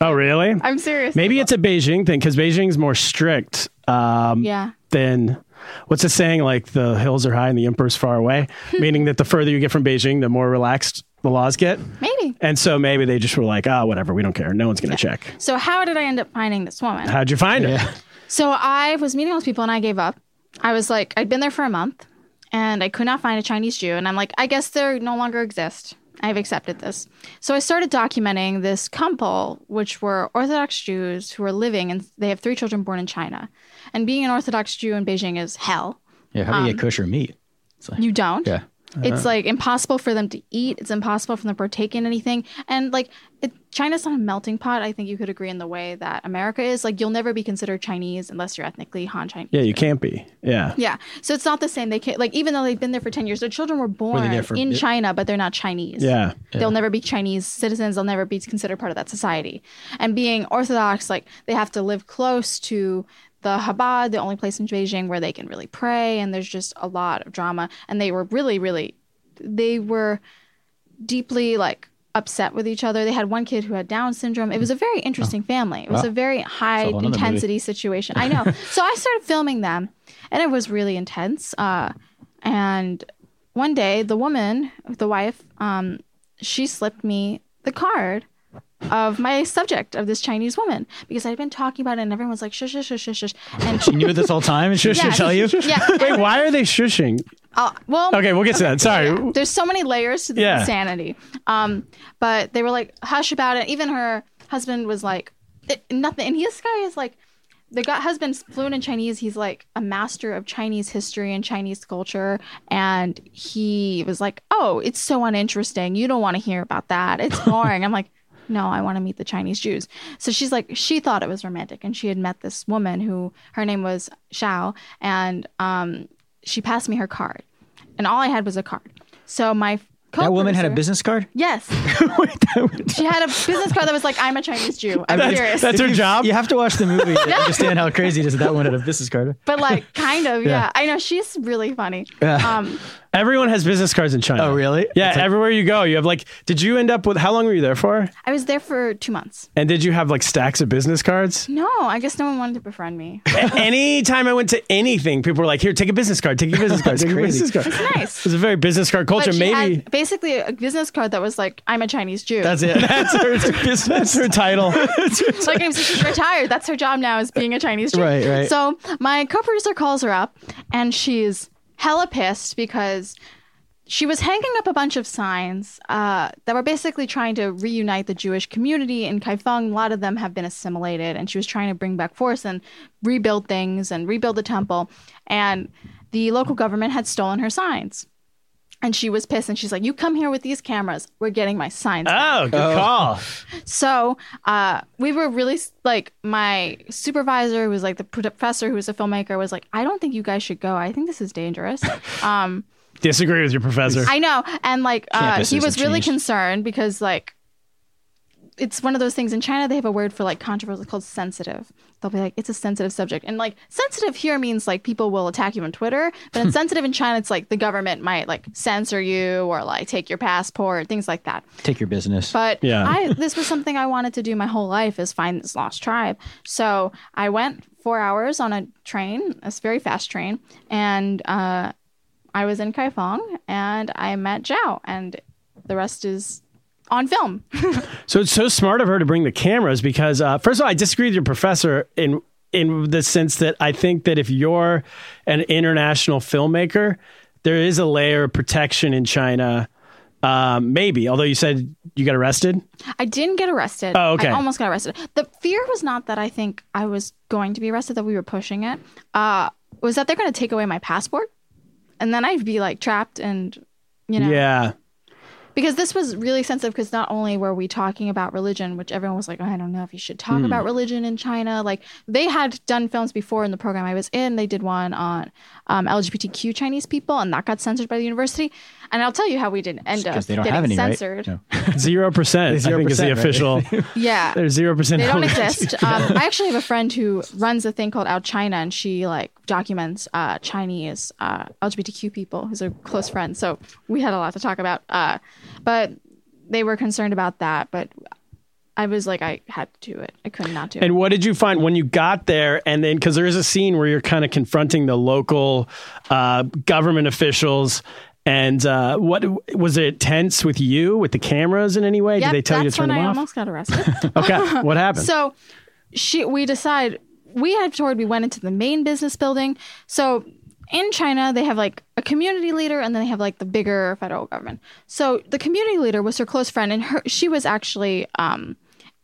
Oh, really?
I'm serious.
Maybe it's a Beijing thing because Beijing's more strict um,
yeah.
than what's the saying like the hills are high and the emperor's far away, meaning that the further you get from Beijing, the more relaxed the laws get.
Maybe.
And so maybe they just were like, ah, whatever, we don't care. No one's going to check.
So how did I end up finding this woman?
How'd you find her?
So I was meeting all these people and I gave up. I was like, I'd been there for a month and I could not find a Chinese Jew. And I'm like, I guess they no longer exist. I've accepted this. So I started documenting this couple, which were Orthodox Jews who are living and they have three children born in China. And being an Orthodox Jew in Beijing is hell.
yeah, how do
Um,
you get kosher meat?
You don't.
Yeah,
It's like impossible for them to eat. It's impossible for them to partake in anything. And like, it, China's not a melting pot. I think you could agree in the way that America is. Like, you'll never be considered Chinese unless you're ethnically Han Chinese.
Yeah, you can't be. Yeah.
Yeah. So it's not the same. They can't like even though they've been there for ten years, their children were born
there for-
in China, but they're not Chinese.
Yeah.
They'll never be Chinese citizens. They'll never be considered part of that society. And being Orthodox, like they have to live close to the Chabad, the only place in Beijing where they can really pray. And there's just a lot of drama. And they were really, really, they were deeply like upset with each other. They had one kid who had Down syndrome. It was a very
Oh.
interesting family. It was a very high
whole nother
intensity situation. I know. so I started filming them, and it was really intense. Uh, and one day, the woman, the wife, um, she slipped me the card of my subject of this Chinese woman because I'd been talking about it, and everyone's like, shush, shush, shush, shush, shush. And
she knew this whole time, and she
Yeah.
should tell you.
yeah,
Wait, why are they shushing?
uh, well,
Okay, we'll get to that. Sorry.
yeah. There's so many layers to the
Yeah.
insanity. Um, but they were like hush about it. Even her husband was like it, nothing. And this guy is like the guy husband's fluent in Chinese. He's like a master of Chinese history and Chinese culture. And he was like, oh, it's so uninteresting. You don't want to hear about that. It's boring. I'm like. No, I want to meet the Chinese Jews. So she's like, she thought it was romantic, and she had met this woman who her name was Xiao, and um, she passed me her card, and all I had was a card. So my
That woman had a
co-producer-
business card.
Yes, she had a business card that was like, "I'm a Chinese Jew." I'm serious,
That's her job?
You have to watch the movie to understand how crazy it is that that one had a business card.
but like, kind of, yeah. I know she's really funny. Um,
Everyone has business cards in China.
Oh, really?
Yeah,
It's like-
everywhere you go, you have like, did you end up with, how long were you there for?
I was there for two months.
And did you have like stacks of business cards?
No, I guess no one wanted to befriend me.
Anytime I went to anything, people were like, "Here, take a business card. Take a business card. take
crazy.
a business card."
It's nice.
It's a very business card culture.
But she
Maybe
had basically a business card that was like, "I'm a Chinese Jew."
That's it.
that's her business. her title.
like I'm, she's retired. That's her job now is being a Chinese Jew.
Right, right.
So my co-producer calls her up, and she's hella pissed because she was hanging up a bunch of signs uh, that were basically trying to reunite the Jewish community in Kaifeng. A lot of them have been assimilated, and she was trying to bring back force and rebuild things and rebuild the temple. And the local government had stolen her signs. And she was pissed and she's like, You come here with these cameras. We're getting my signs. back."
Oh, good call.
So uh, we were really like, my supervisor, who was like the professor, who was a filmmaker, was like, I don't think you guys should go. I think this is dangerous. um,
Disagree with your professor.
I know. And like, uh, he
Campuses
was
have
really
changed.
concerned because like, it's one of those things in China. They have a word for like controversial called sensitive. They'll be like, it's a sensitive subject, and like sensitive here means like people will attack you on Twitter, but in sensitive in China, it's like the government might like censor you or like take your passport, things like that.
Take your business.
But
Yeah.
I this was something I wanted to do my whole life is find this lost tribe. So I went four hours on a train, a very fast train, and uh, I was in Kaifeng and I met Zhao, and the rest is on film.
So it's so smart of her to bring the cameras because, uh, first of all, I disagree with your professor in in the sense that I think that if you're an international filmmaker, there is a layer of protection in China. Um, maybe, although you said you got arrested.
I didn't get arrested.
Oh, okay.
I almost got arrested. The fear was not that I think I was going to be arrested, that we were pushing it. Uh, was that they're going to take away my passport, and then I'd be like trapped and. You know,
Yeah.
because this was really sensitive because not only were we talking about religion which everyone was like "Oh, i don't know if you should talk
Hmm.
about religion in china like they had done films before in the program i was in they did one on um, lgbtq chinese people and that got censored by the university and i'll tell you how we didn't end up
Because they don't
getting
have any,
censored
right? No.
Zero percent, I think, is the
0%, right?
official.
yeah
There's zero percent.
they don't exist. Um, I actually have a friend who runs a thing called Out China, and she like documents uh, Chinese uh, LGBTQ people. Who's a close friend, so we had a lot to talk about. Uh, but they were concerned about that. But I was like, I had to do it. I could not do it.
And what did you find when you got there? And then, because there is a scene where you're kind of confronting the local uh, government officials. And uh, what was it tense with you with the cameras in any way?
Yep,
did they tell you to
that's
turn
when
them
I
off?
almost got arrested.
Okay, what happened?
So she we decide we had toured, we went into the main business building. So in China they have like a community leader and then they have like the bigger federal government. So the community leader was her close friend and her she was actually um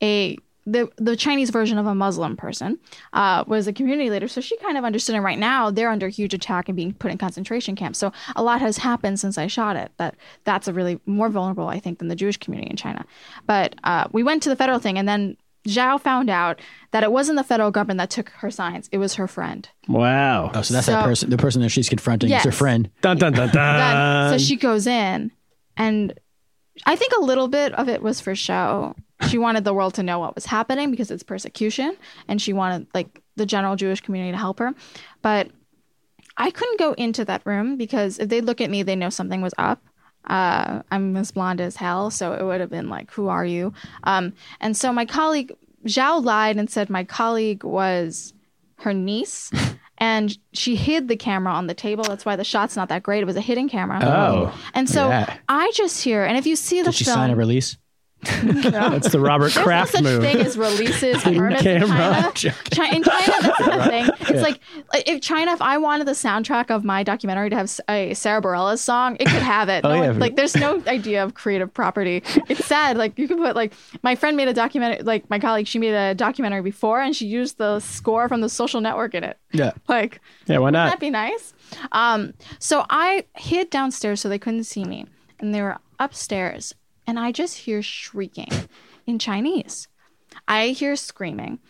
a the, the Chinese version of a Muslim person uh, was a community leader, so she kind of understood. And right now, they're under huge attack and being put in concentration camps. So a lot has happened since I shot it. That that's a really more vulnerable, I think, than the Jewish community in China. But uh, we went to the federal thing, and then Zhao found out that it wasn't the federal government that took her signs; it was her friend.
wow.
Oh, so that's
So-
that person, the person that she's confronting is her
Yes.
friend.
Dun, dun, dun,
Then-
dun.
so she goes in, and I think a little bit of it was for show. She wanted the world to know what was happening because it's persecution, and she wanted like the general Jewish community to help her. But I couldn't go into that room because if they look at me, they know something was up. Uh, I'm as blonde as hell, so it would have been like, "Who are you?" Um, and so my colleague Zhao lied and said my colleague was her niece, and she hid the camera on the table. That's why the shot's not that great. It was a hidden camera.
Oh.
and so
look at that.
I just hear, and if you see the
Did she
film,
sign a release?
that's the Robert
there's
Kraft
no such
move.
thing as releases and permits in
camera.
China.
I'm joking.
Chi- in China, that's not a thing. It's like like, if China, if I wanted the soundtrack of my documentary to have s- a Sarah Bareilles song, it could have
Oh,
it. No one-
yeah.
Like there's no idea of creative property. It's sad. Like you could put like my friend made a documentary, like my colleague, she made a documentary before, and she used the score from The Social Network in it.
Yeah.
Like
Yeah, why
wouldn't
not?
that be nice? Um, so I hid downstairs so they couldn't see me, and they were upstairs, and I just hear shrieking in Chinese. I hear screaming,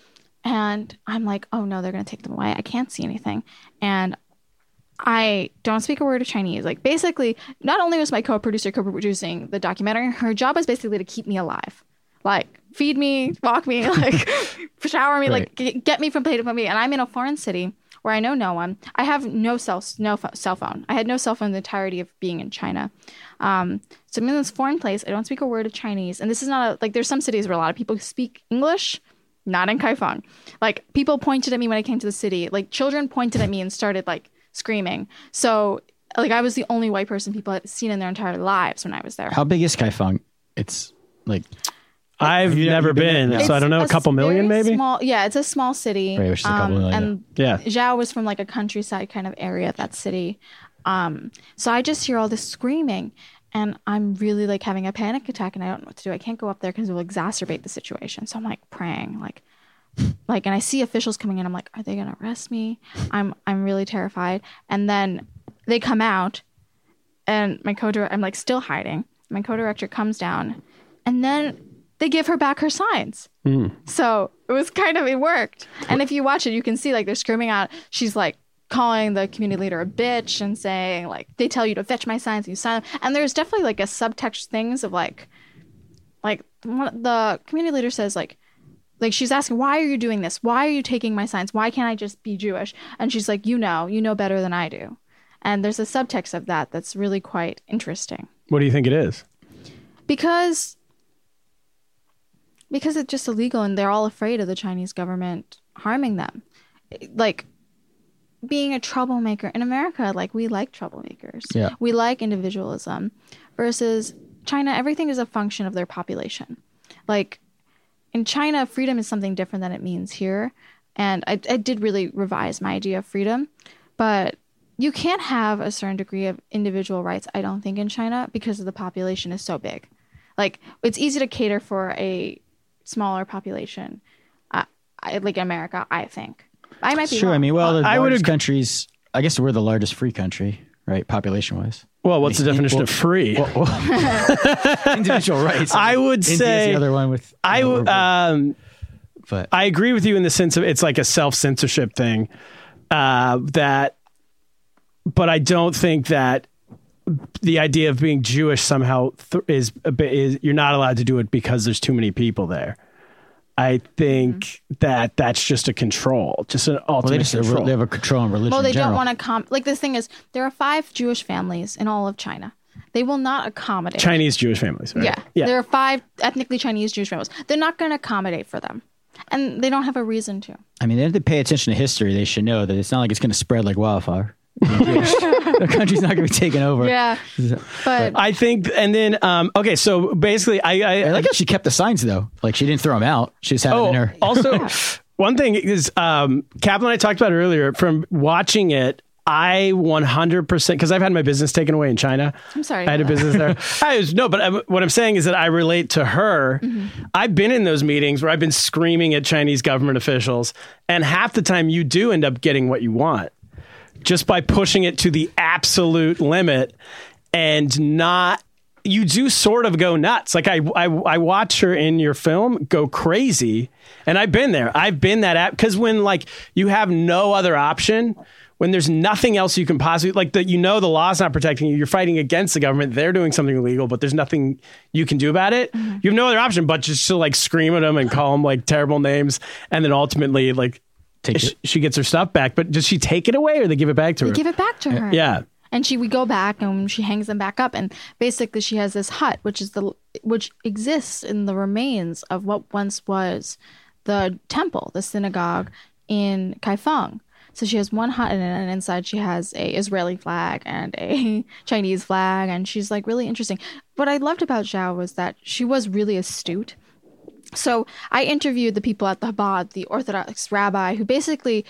and I'm like, "Oh no, they're gonna take them away! I can't see anything." And I don't speak a word of Chinese. Like basically, not only was my co-producer co-producing the documentary, her job was basically to keep me alive, like feed me, walk me, like shower me, like g- get me from plate to plate. And I'm in a foreign city where I know no one. I have no cell, no pho- cell phone. I had no cell phone the entirety of being in China. Um, so I'm in this foreign place. I don't speak a word of Chinese, and this is not a, like there's some cities where a lot of people speak English not in Kaifeng. Like people pointed at me when I came to the city. Like children pointed at me and started like screaming. So like I was the only white person people had seen in their entire lives when I was there.
How big is Kaifeng? It's like,
I've never been, so I don't know, a
It's
couple million
very
maybe?
Small, yeah, it's a small city. Um,
Right, which is a couple million,
And
Yeah.
Zhao was from like a countryside kind of area of that city. Um, so I just hear all this screaming and I'm really like having a panic attack and I don't know what to do. I can't go up there because it will exacerbate the situation. So I'm like praying, like, like, and I see officials coming in. I'm like, are they going to arrest me? I'm, I'm really terrified. And then they come out and my co-director, I'm like still hiding. My co-director comes down, and then they give her back her signs. So it was kind of it worked. And if you watch it, you can see like they're screaming out. She's like calling the community leader a bitch and saying like they tell you to fetch my signs, and you sign them. And there's definitely like a subtext things of like, like one- the community leader says like like she's asking why are you doing this why are you taking my signs why can't i just be jewish and she's like you know you know better than i do and there's a subtext of that that's really quite interesting
What do you think it is?
because because it's just illegal and they're all afraid of the chinese government harming them like being a troublemaker in america like we like troublemakers
Yeah.
we like individualism versus china everything is a function of their population like in china freedom is something different than it means here and i, I did really revise my idea of freedom but you can't have a certain degree of individual rights i don't think in china because the population is so big like it's easy to cater for a smaller population uh, I, like america i think i might be
Sure. I
wrong.
mean, well, the
I would
largest
ag-
countries. I guess we're the largest free country, right? Population wise.
Well, what's the
Equal-
definition of free?
Individual rights.
I would
India's
say-
the other one with.
I
you
w-
know, we're-
um,
but
I agree with you in the sense of it's like a self censorship thing. Uh, that, but I don't think that the idea of being Jewish somehow th- is, a bit, is you're not allowed to do it because there's too many people there. I think that that's just a control, just an ultimate
well, uh, they just
control.
they have a control on religion.
well they
in general.
don't want to com like the thing is there are five jewish families in all of china they will not accommodate
Chinese Jewish families, right?
Yeah.
yeah.
There are five ethnically Chinese Jewish families. They're not going to accommodate for them. And they don't have a reason to.
I mean, they have to pay attention to history. They should know that it's not like it's going to spread like wildfire. the country's not going to be taken over.
Yeah. But
I think, and then um, okay, so basically, I, I
I like how she kept the signs though. Like she didn't throw them out. She just had
Oh,
them in her.
also, one thing is um, Kaplan. I talked about earlier from watching it. I 100 percent because I've had my business taken away in China.
I'm sorry.
I had a
for that.
business there. I was no, but I, what I'm saying is that I relate to her. I've been in those meetings where I've been screaming at Chinese government officials, and half the time you do end up getting what you want just by pushing it to the absolute limit and not you do sort of go nuts like I, I i watch her in your film go crazy and i've been there i've been that app because when like you have no other option when there's nothing else you can possibly like that you know the law's not protecting you you're fighting against the government they're doing something illegal but there's nothing you can do about it you have no other option but just to like scream at them and call them like terrible names and then ultimately like
Take
she,
it.
she gets her stuff back but does she take it away or they give it back to her
Give it back to her.
yeah.
And she, we go back and she hangs them back up. And basically, she has this hut, which is the, which exists in the remains of what once was the temple, the synagogue in Kaifeng. So she has one hut in it, and inside she has a Israeli flag and a Chinese flag, and she's like really interesting. What I loved about Zhao was that she was really astute. So I interviewed the people at the Chabad, the Orthodox rabbi, who basically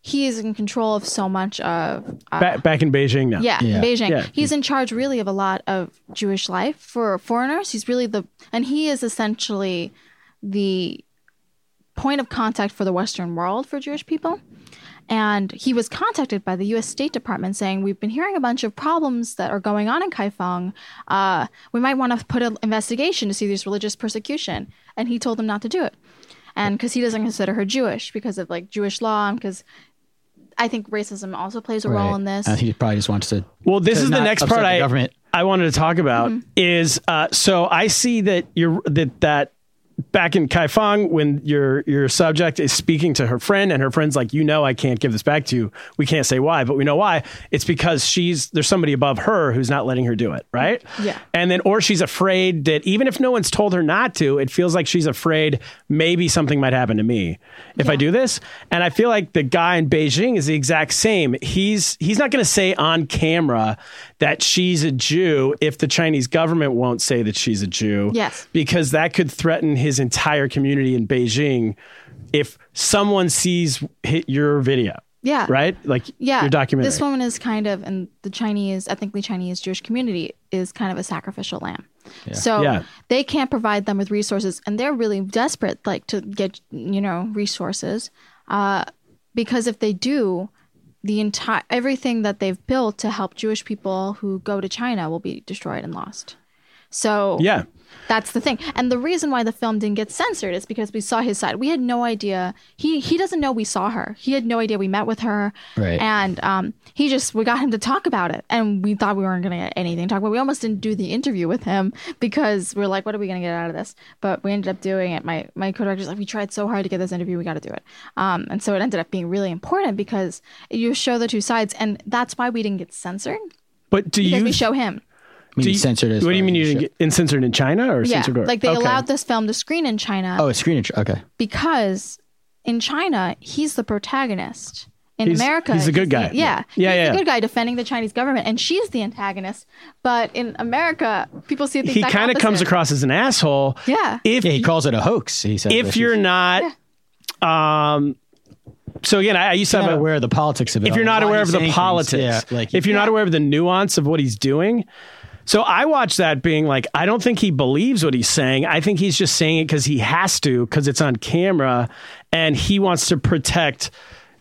he is in control of so much of
Back, back in Beijing now.
Uh, yeah, in Beijing.
Yeah.
He's in charge really of a lot of Jewish life for foreigners. He's really the and he is essentially the point of contact for the Western world for Jewish people. And he was contacted by the U.S. State Department saying, "We've been hearing a bunch of problems that are going on in Kaifeng. Uh, we might want to put an investigation to see this religious persecution." And he told them not to do it, and because he doesn't consider her Jewish because of like Jewish law, and because I think racism also plays a role in this.
I think Uh, he probably just wants to.
Well, this
to
is the
not
next
upset
part
the
I
government.
I wanted to talk about
Mm-hmm.
is uh, so I see that you're that that back in Kaifeng when your your subject is speaking to her friend and her friend's like you know I can't give this back to you we can't say why but we know why it's because she's there's somebody above her who's not letting her do it right
Yeah.
and then or she's afraid that even if no one's told her not to it feels like she's afraid maybe something might happen to me if i do this and i feel like the guy in beijing is the exact same he's he's not going to say on camera that she's a jew if the chinese government won't say that she's a jew
Yes.
because that could threaten his entire community in beijing if someone sees hit your video
Yeah.
right like
yeah,
your documentary
This woman is kind of, and the Chinese, ethnically Chinese Jewish community is kind of a sacrificial lamb. So
Yeah.
they can't provide them with resources, and they're really desperate, like to get you know resources, uh, because if they do, the entire everything that they've built to help Jewish people who go to China will be destroyed and lost. So
Yeah.
that's the thing. And the reason why the film didn't get censored is because we saw his side. We had no idea. He he doesn't know we saw her. He had no idea we met with her.
Right.
And um, he just we got him to talk about it, and we thought we weren't going to get anything to talk about. We almost didn't do the interview with him because we are like, what are we going to get out of this? But we ended up doing it. My my co-director's like, we tried so hard to get this interview, we got to do it. Um, and so it ended up being really important because you show the two sides, and that's why we didn't get censored
But do
because
you
we show him.
I mean,
do you-
censored as
What do you
well,
mean you didn't
should-
get in censored in China or
Yeah,
censored? or-
like they
okay.
allowed this film to screen in China.
Oh, a screen. intro- Okay.
because in China he's the protagonist. In
He's-
America,
he's the good guy.
yeah,
Yeah,
he's
yeah.
the good guy defending the Chinese government, and she's the antagonist. But in America, people see it. The
He
exact
kind of comes
opposite.
across as an asshole.
Yeah.
If
Yeah, he calls it a hoax. He said
if you're not, um, so again, I, I used to
not
have a,
aware of the politics of it,
if you're
like,
not
why
aware
he's
of
saying
the
things,
politics,
yeah, like
if you're not aware of the nuance of what he's doing. So I watched that being like, I don't think he believes what he's saying. I think he's just saying it because he has to, because it's on camera, and he wants to protect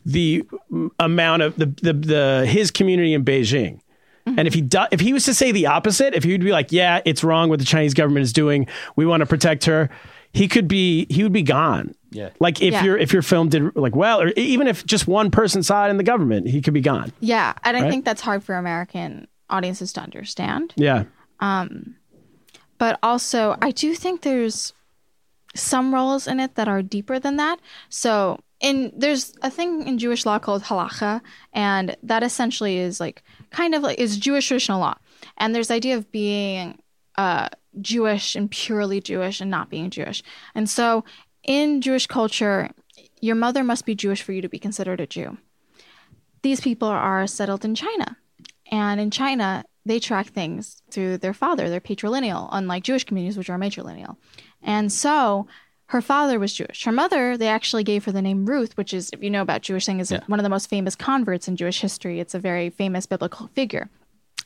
the mm, amount of the the, the his community in Beijing. And if he do, if he was to say the opposite, if he would be like, "Yeah, it's wrong what the Chinese government is doing. We want to protect her," he could be he would be gone. Yeah. Like if
Yeah.
your if your film did like well, or e, even if just one person saw it in the government, he could be gone.
yeah, and I think that's hard for American audiences to understand.
Yeah.
but also I do think there's some roles in it that are deeper than that. So in there's a thing in Jewish law called halacha, and that essentially is like kind of like is Jewish traditional law, and there's the idea of being uh, Jewish and purely Jewish and not being Jewish, and so in Jewish culture, your mother must be Jewish for you to be considered a Jew these people are settled in China. And in China, they track things through their father. They're patrilineal, unlike Jewish communities, which are matrilineal. And so her father was Jewish. Her mother, they actually gave her the name Ruth, which is, if you know about Jewish thing, is one of the most famous converts in Jewish history. It's a very famous biblical figure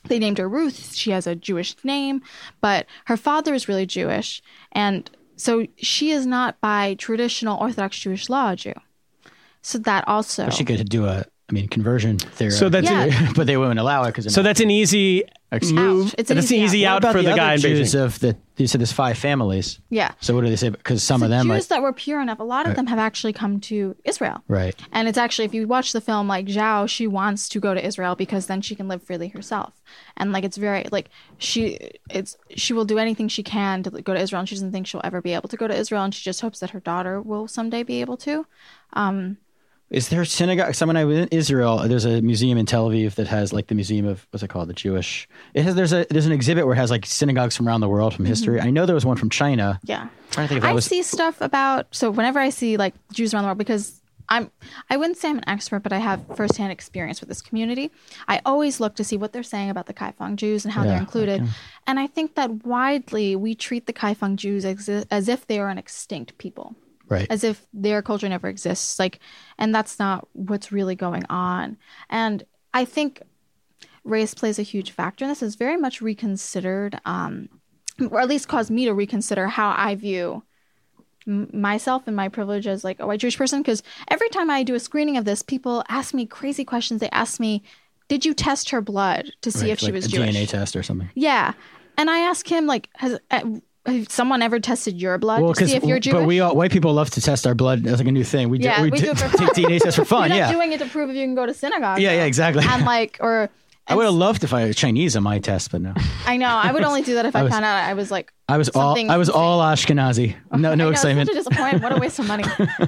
they named her Ruth. She has a Jewish name, but her father is really Jewish. And so she is not by traditional Orthodox Jewish law a Jew. So that also.
she could do a, I mean, conversion theory.
So that's
Yeah.
an,
but they wouldn't allow it because
so that's an easy move.
Ouch. It's an
that's
easy
an easy
out.
out for the, guy in
Jews
Beijing.
of the you said there's five families.
yeah.
So what do they say? Because some
the
of them,
Jews
like,
that were pure enough, a lot of them have actually come to Israel.
right?
And it's actually, if you watch the film, like Zhao, she wants to go to Israel because then she can live freely herself. And like, it's very like she, it's she will do anything she can to go to Israel, and she doesn't think she'll ever be able to go to Israel, and she just hopes that her daughter will someday be able to.
Is there a synagogue? Someone I was in Israel. There's a museum in Tel Aviv that has like the museum of what's it called? The Jewish. It has there's a there's an exhibit where it has like synagogues from around the world from history.
Mm-hmm.
I know there was one from China.
Yeah.
trying to think if
I
that was
see stuff about so whenever I see like Jews around the world because I'm I wouldn't say I'm an expert, but I have firsthand experience with this community. I always look to see what they're saying about the Kaifeng Jews and how they're included, and I think that widely we treat the Kaifeng Jews as, as if they are an extinct people
right.
as if their culture never exists like and that's not what's really going on and i think race plays a huge factor in this is very much reconsidered um or at least caused me to reconsider how i view m- myself and my privilege as like a white jewish person because every time i do a screening of this people ask me crazy questions they ask me did you test her blood to see if she
Like
was
a
jewish
DNA test or something.
yeah and i ask him like has, uh, has someone ever tested your blood to see if you're jewish
but we all white people love to test our blood as like a new thing. We
Yeah,
do, we,
we
do,
do it for
take
fun.
DNA tests for fun.
You're
yeah,
not doing it to prove if you can go to synagogue.
yeah, yeah,
though.
exactly.
And like, or
I would have loved if I was Chinese on my test, but no.
I know I would only do that if I, found out I was like.
I was
Something-
all I was all Ashkenazi. No,
I
no
know,
excitement.
Such a disappointment. What a waste of money.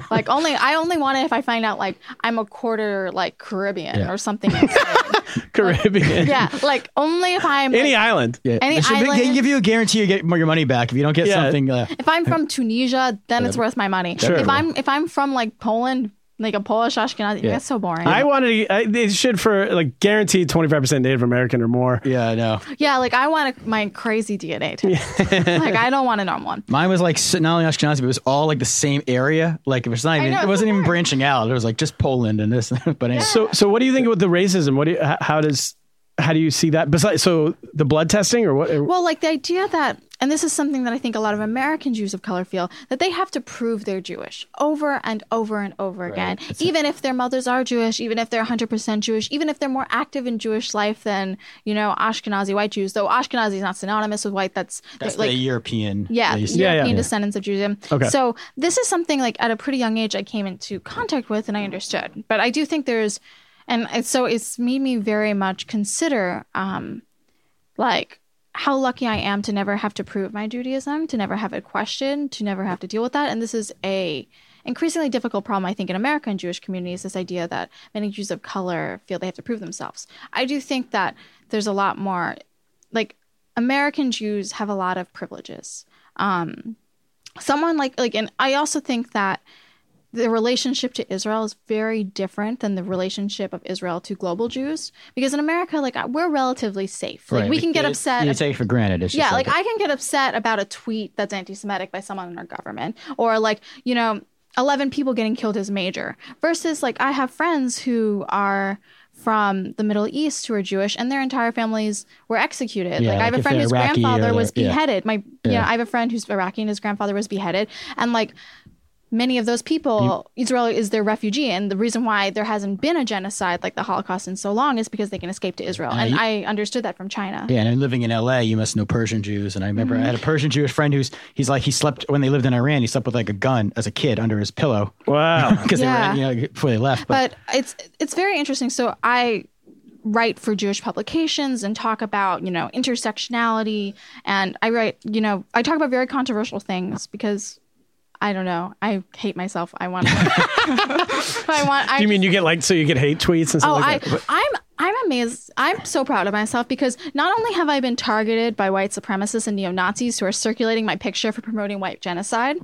like only I only want it if I find out like I'm a quarter like Caribbean
Yeah.
or something. insane.
Caribbean.
yeah, like only if I'm
Any
like,
island.
Yeah.
Any
they, should- they- they
island-
give you a guarantee you get more your money back if you don't get
Yeah.
something. Uh,
if I'm from Tunisia, then it's worth my money. If I'm if I'm from like Poland, like a Polish Ashkenazi, that's so boring.
I wanted to, I, they should for like guaranteed 25% Native American or more.
yeah, no.
yeah, like I want a, my crazy DNA test. like I don't want a normal one.
Mine was like s- not only Ashkenazi, but it was all like the same area. Like it was not even.
know,
it wasn't
it's
even
weird.
branching out. It was like just Poland and this. but anyway.
So, so what do you think about the racism? What do you, h- how does, how do you see that? Besides, so the blood testing or what?
Well, like the idea that, and and this is something that I think a lot of American Jews of color feel that they have to prove they're Jewish over and over and over again, even if their mothers are Jewish, even if they're 100% Jewish, even if they're more active in Jewish life than you know Ashkenazi white Jews. Though Ashkenazi is not synonymous with white. That's,
That's
like
the European.
yeah,
they used to-
Yeah, yeah.
European
Yeah.
descendants of Judaism.
Okay.
So this is something like at a pretty young age I came into contact with and I understood. But I do think there's, and it's, so it's made me very much consider, um, like how lucky I am to never have to prove my Judaism, to never have it questioned, to never have to deal with that. And this is a increasingly difficult problem I think in America and Jewish communities. This idea that many Jews of color feel they have to prove themselves. I do think that there's a lot more, like American Jews have a lot of privileges Um, someone like like and i also think that the relationship to israel is very different than the relationship of israel to global jews because in america like we're relatively safe like
Right.
we can get
It's-
upset
You take it for granted. It's just
yeah like, i can get upset about a tweet that's anti-semitic by someone in our government or like you know 11 people getting killed is major versus like i have friends who are from the middle east who are jewish and their entire families were executed
Yeah,
like i have
like
a
if
friend
they're
whose
Iraqi or
grandfather was
they're- yeah.
beheaded my yeah. i have a friend who's iraqi and his grandfather was beheaded and like many of those people israel is their refugee and the reason why there hasn't been a genocide like the holocaust in so long is because they can escape to israel
Uh,
and i understood that from china
Yeah, and I'm living in LA, you must know Persian Jews. And I remember
Mm.
I had a Persian Jewish friend who's he's like he slept when they lived in Iran, he slept with like a gun as a kid under his pillow
Wow.
because
Yeah.
they were you know before they left. But,
but it's it's very interesting. So I write for Jewish publications and talk about you know intersectionality, and I write you know I talk about very controversial things because I don't know I hate myself. I want. I want. I
you mean you get like so you get hate tweets and stuff
Oh,
like that?
I, I'm I'm amazed. I'm so proud of myself because not only have I been targeted by white supremacists and neo Nazis who are circulating my picture for promoting white genocide,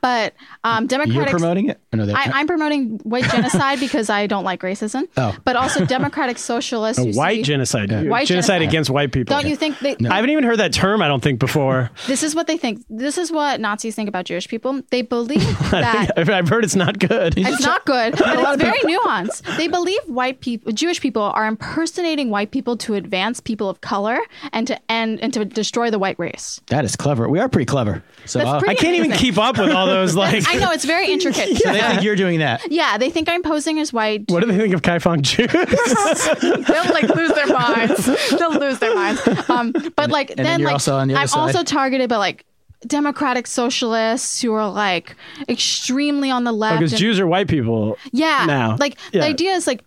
but um,
you're
Democratic
promoting it? Oh, no, they-
I, I'm promoting white genocide because I don't like racism,
Oh.
but also democratic socialists. you
White
see-
genocide. genocide
White genocide.
against white people.
Don't you think they?
I haven't even heard that term, I don't think, before.
This is what they think. This is what Nazis think about Jewish people. They believe that
I've I've heard it's not good.
it's not good, but it's very nuanced. They believe white people, Jewish people, are impersonating white people to advance people of color and to end and to destroy the white race.
that is clever. We are pretty clever. So
That's
uh,
pretty
I can't even
amazing.
keep up with all those like
I know it's very intricate.
so they think you're doing that.
Yeah, they think I'm posing as white
what do they think of Kaifong Jews?
They'll like lose their minds. They'll lose their minds. Um, but like
then
then,
you're
like
also on the other
I'm
side.
also targeted by like democratic socialists who are like extremely on the left.
Because
and-
Jews are white people.
yeah,
Oh, Now.
like
Yeah.
the idea is like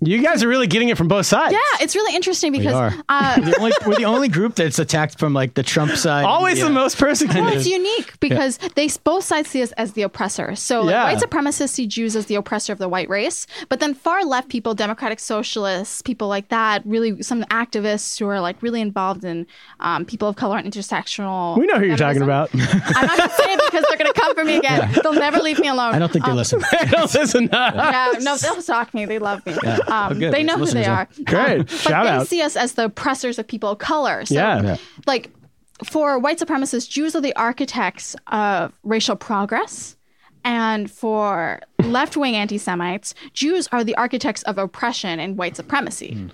You guys are really getting it from both sides.
yeah, it's really interesting because
are.
uh,
The only- we're the only group that's attacked from like the Trump side.
Always
Yeah.
the most
well,
persecuted.
it's unique because they both sides see us as the oppressor. So like,
Yeah.
white supremacists see Jews as the oppressor of the white race, but then far left people, democratic socialists, people like that, really some activists who are like really involved in um, people of color and intersectional.
we know who you're talking
feminism.
about.
I'm not gonna say it because they're gonna come for me again. They'll never leave me alone.
I don't think they
Um,
listen.
I don't listen. to us.
Yeah, no, they'll stalk me. They love me.
Oh,
Um,
good.
they know who
Listeners
they
are-
are.
Great.
Um, but
Shout
they
out.
see us as the oppressors of people of color. So,
Yeah. Yeah.
like for white supremacists, Jews are the architects of racial progress. And for left wing anti Semites, Jews are the architects of oppression and white supremacy.
Hmm.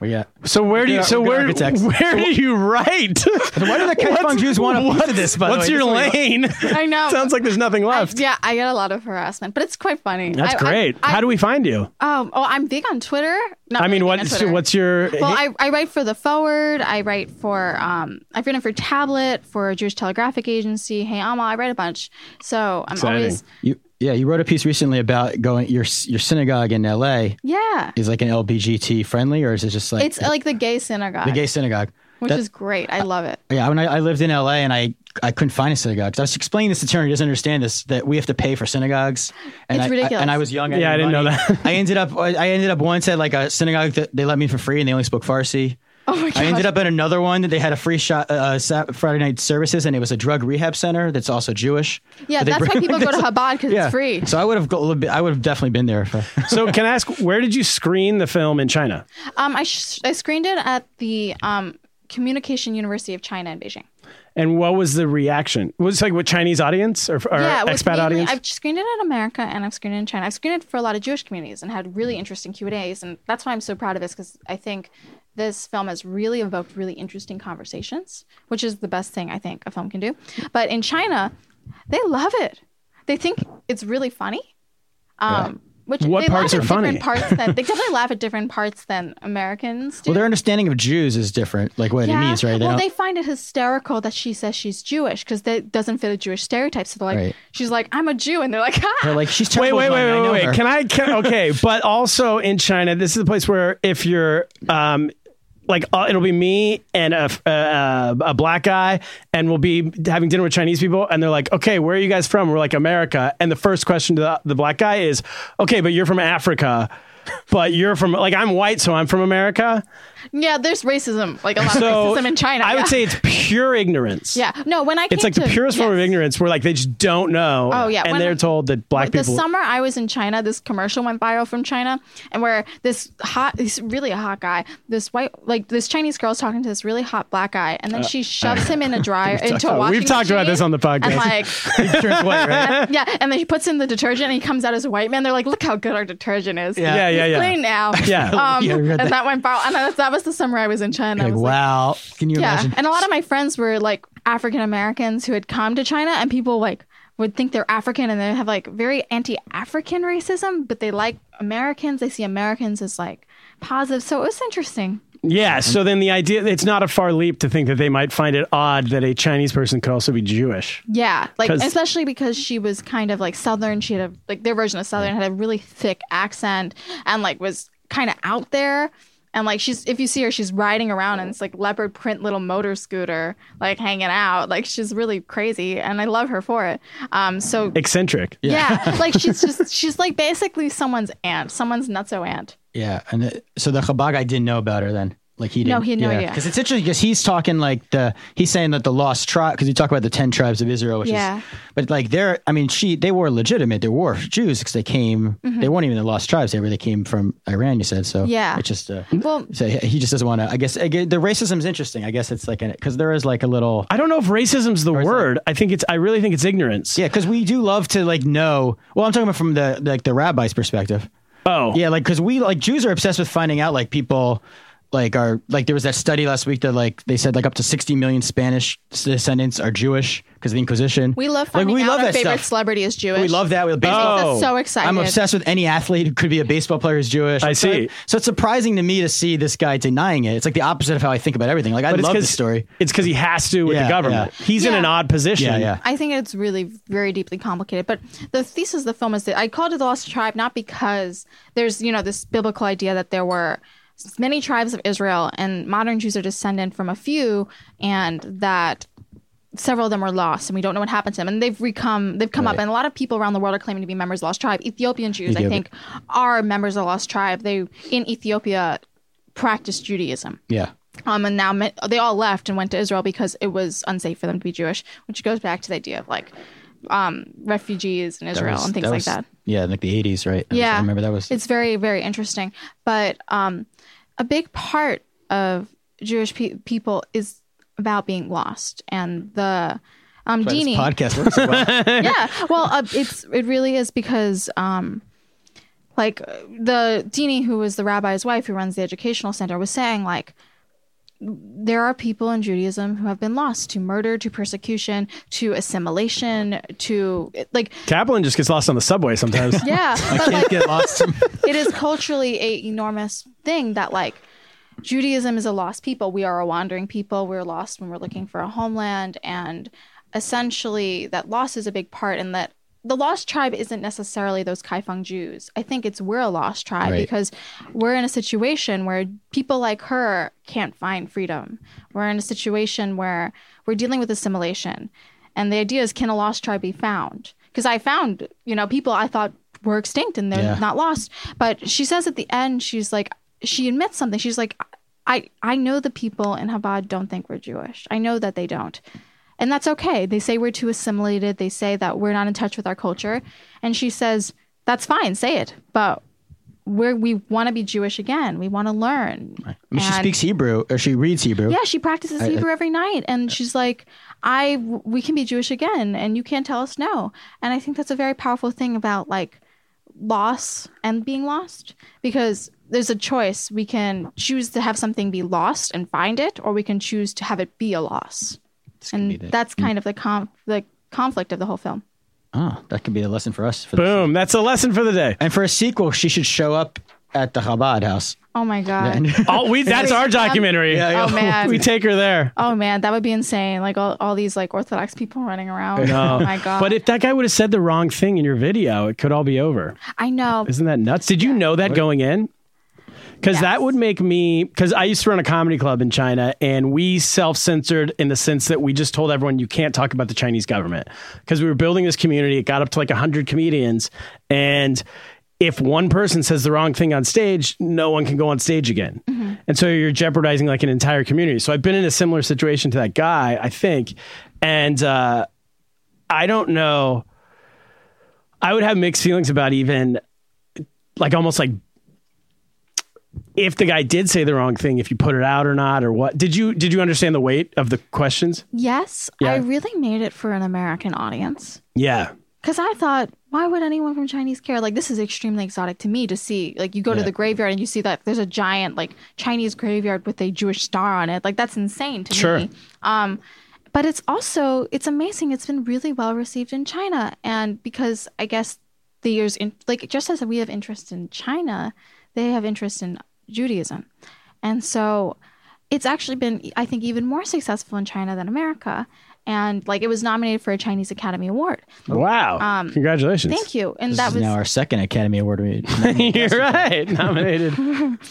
Well, yeah.
So where do you?
We're
So
good
where?
architects.
Where do you write?
Why do the Kaifong Jews want a piece of this? By
What's
the way,
your
This is-
lane?
I know.
Sounds like there's nothing left.
Yeah, I get a lot of harassment, but it's quite funny.
That's
I- I-
great.
I-
How do we find you?
Um, oh, I'm big on Twitter. Not
I mean,
really big
what?
on
so
Twitter.
what's your?
Well, I, I write for the Forward. I write for um, I've written for Tablet, for Jewish Telegraphic Agency. Hey, Alma, I write a bunch, so I'm
Exciting.
always
You, yeah, you wrote a piece recently about going your your synagogue in L.A.
yeah.
is like an LBGT friendly, or is it just like
It's like the gay synagogue,
the gay synagogue?
which
That-
is great. I love it.
Yeah, when I, I lived in LA and I, I couldn't find a synagogue. 'Cause I was explaining this to Turner. He doesn't understand this that we have to pay for synagogues. And
It's
I,
ridiculous.
I, and I was young.
Yeah, I
didn't
didn't know
money. I ended up I ended up once at like a synagogue that they let me in for free and they only spoke Farsi.
Oh my
I
god!
ended up at another one that they had a free shot uh, Sa- Friday night services and it was a drug rehab center that's also Jewish.
yeah,
But they
that's why
bring-
people go to Chabad because
Yeah.
it's free.
So I would have go, a little bit- I would have definitely been there. For,
so can I ask where did you screen the film in China?
Um, I sh- I screened it at the um, Communication University of China in Beijing.
And what was the reaction? Was it like with Chinese audience or, or
yeah, it was
expat
mainly-
audience?
I've screened it in America and I've screened it in
Mm.
China. I've screened it for a lot of Jewish communities and had really interesting Q and A's, and that's why I'm so proud of this because I think this film has really evoked really interesting conversations, which is the best thing I think a film can do. But in China, they love it. They think it's really funny. Um, Which
What
they
parts
laugh
are
at
funny?
different parts than they definitely laugh at different parts than Americans do.
Well, their understanding of Jews is different, like what it
Yeah.
means, right?
well,
don't-
they find it hysterical that she says she's Jewish because that doesn't fit a Jewish stereotype. So they're like,
Right.
she's like, I'm a Jew, and they're like, ha.
they're like, she's
Wait,
terrible
wait,
with money,
wait,
I
wait,
know
wait.
her.
Can I? Can, okay, but also in China, this is a place where if you're, um, like, uh, it'll be me and a, uh, a black guy, and we'll be having dinner with Chinese people, and they're like, "Okay, where are you guys from?" We're like, "America," and the first question to the, the black guy is, "Okay, but you're from Africa." But you're from like I'm white, so I'm from America.
yeah, there's racism, like a lot
So
of racism in China.
I
yeah.
would say it's pure ignorance.
yeah, no, when I came
it's like the
to-
purest form of
yes.
ignorance, where like they just don't know.
Oh, yeah.
and
When-
they're told that black
the
people.
summer I was in China, this commercial went viral from China, and where this hot, this really a hot guy, this white, like this Chinese girl's talking to this really hot black guy, and then she shoves him in a dryer into a
about-
washing
Uh, we've talked about
machine,
this on the podcast.
and like,
Turns white, right?
yeah, and then he puts in the detergent, and he comes out as a white man. They're like, look how good our detergent is.
yeah, yeah,
He's
yeah.
clean now.
Yeah.
um,
Yeah, I read
and
that.
that went viral, and that, that was the summer I was in China. I
Like,
was like,
wow. Can you
yeah,
imagine?
and a lot of my friends were like African Americans who had come to China, and people like would think they're African, and they have like very anti-African racism, but they like Americans. They see Americans as like positive, so it was interesting.
Yeah. So then the idea, it's not a far leap to think that they might find it odd that a Chinese person could also be Jewish.
Yeah, like
'Cause-
especially because she was kind of like Southern. She had a like their version of Southern had a really thick accent, and like was kind of out there. And like she's, if you see her, she's riding around in this like leopard print little motor scooter, like hanging out. Like she's really crazy, and I love her for it. Um, so
Eccentric.
Yeah. like she's just she's like basically someone's aunt, someone's nutso aunt.
yeah. And the, so the Chabad guy didn't know about her then. Like he didn't.
No, he had no idea.
Because it's interesting because he's talking like the he's saying that the lost tribe because you talk about the ten tribes of Israel, which
Yeah.
is but like they're I mean she they were legitimate they were Jews because they came they weren't even the lost tribes they were they came from Iran you said so
Mm-hmm. Yeah.
it's just uh,
Well,
so he- he just doesn't want to I guess again, the racism is interesting I guess it's like because there is like a little
I don't know if racism's the
is
word. I think it's, I really think it's ignorance.
Yeah, because we do love to like know. Well, I'm talking about from the like the rabbi's perspective.
Oh.
Yeah, like because we like Jews are obsessed with finding out like people like are like there was that study last week that like they said like up to 60 million Spanish descendants are Jewish because of the Inquisition.
we love
like
finding out our favorite celebrity is Jewish.
We love that. We love baseball.
us so excited.
I'm obsessed with any athlete who could be a baseball player who's Jewish.
I
So-
see.
So it's surprising to me to see this guy denying it. It's like the opposite of how I think about everything. Like I love this story.
It's because he has to with
Yeah,
the government.
yeah.
He's in
Yeah.
an odd position.
Yeah, yeah.
I think it's really very deeply complicated. But the thesis of the film is that I called it the Lost Tribe not because there's you know this biblical idea that there were many tribes of Israel and modern Jews are descended from a few, and that several of them were lost and we don't know what happened to them and they've recome they've come up and a lot of people around the world are claiming to be members of the lost tribe ethiopian jews
Ethiopia.
i think are members of the lost tribe they in ethiopia practice judaism
Yeah.
um, and now ma- they all left and went to Israel because it was unsafe for them to be Jewish, which goes back to the idea of like um, refugees in Israel
was-
and things like
was-
that.
Yeah, like the 80s, right? I was-
Yeah,
I remember that was
It's very very interesting, but um, a big part of Jewish pe- people is about being lost and the um,
This
Dini.
podcast works so well.
yeah. Well, uh, it's it really is because um, like uh, the Dini, who was the rabbi's wife, who runs the educational center, was saying like there are people in Judaism who have been lost to murder, to persecution, to assimilation, to like
Kaplan just gets lost on the subway sometimes.
yeah, but
Can't
like
get lost.
it is culturally a enormous thing that like Judaism is a lost people. We are a wandering people. We're lost when we're looking for a homeland and essentially that loss is a big part and that the lost tribe isn't necessarily those Kaifeng Jews. I think it's we're a lost tribe
Right.
because we're in a situation where people like her can't find freedom. We're in a situation where we're dealing with assimilation. And the idea is can a lost tribe be found? Because I found, you know, people I thought were extinct and they're
Yeah.
not lost. But she says at the end, she's like, she admits something. She's like, I, I know the people in Chabad don't think we're Jewish. I know that they don't. And that's okay. They say we're too assimilated. They say that we're not in touch with our culture. And she says, that's fine, say it. But we're, we want to be Jewish again. We want to learn.
I mean, she
And-
speaks Hebrew or she reads Hebrew.
Yeah, she practices Hebrew every night. And she's like, I, we can be Jewish again. And you can't tell us no. And I think that's a very powerful thing about like loss and being lost because there's a choice. We can choose to have something be lost and find it, or we can choose to have it be a loss. And that's
Hmm.
kind of the com- the conflict of the whole film.
Oh, that could be a lesson for us. For the-
Boom. That's a lesson for the day.
and for a sequel, she should show up at the Chabad house.
Oh my god.
Oh, we that's
um,
our documentary.
Oh man.
We take her there.
Oh man, that would be insane. Like all, all these like Orthodox people running around.
No.
Oh my god.
But if that guy would have said the wrong thing in your video, it could all be over.
I know.
Isn't that nuts? Did you know that going in? Because that would make me. Because I used to run a comedy club in China, and we self censored in the sense that we just told everyone you can't talk about the Chinese government. Because we were building this community, it got up to like hundred comedians, and if one person says the wrong thing on stage, no one can go on stage again, and so you're jeopardizing like an entire community. So I've been in a similar situation to that guy, I think, and uh, I don't know. I would have mixed feelings about even like almost like if the guy did say the wrong thing, if you put it out or not, or what did you did you understand the weight of the questions?
Yes, I really made it for an American audience.
Yeah,
Because I thought, why would anyone from Chinese care? Like, this is extremely exotic to me to see. Like, you go to the graveyard and you see that there's a giant, like, Chinese graveyard with a Jewish star on it. Like, that's insane to
Sure.
me. Um, but it's also, it's amazing. It's been really well received in China. And because I guess there's, in, like, just as we have interest in China, they have interest in Judaism. And so it's actually been, I think, even more successful in China than America. And, like, it was nominated for a Chinese Academy Award.
wow, Oh, congratulations!
Um, Thank you. And
This
that
is
was
now our second Academy Award. we-
You're right, nominated.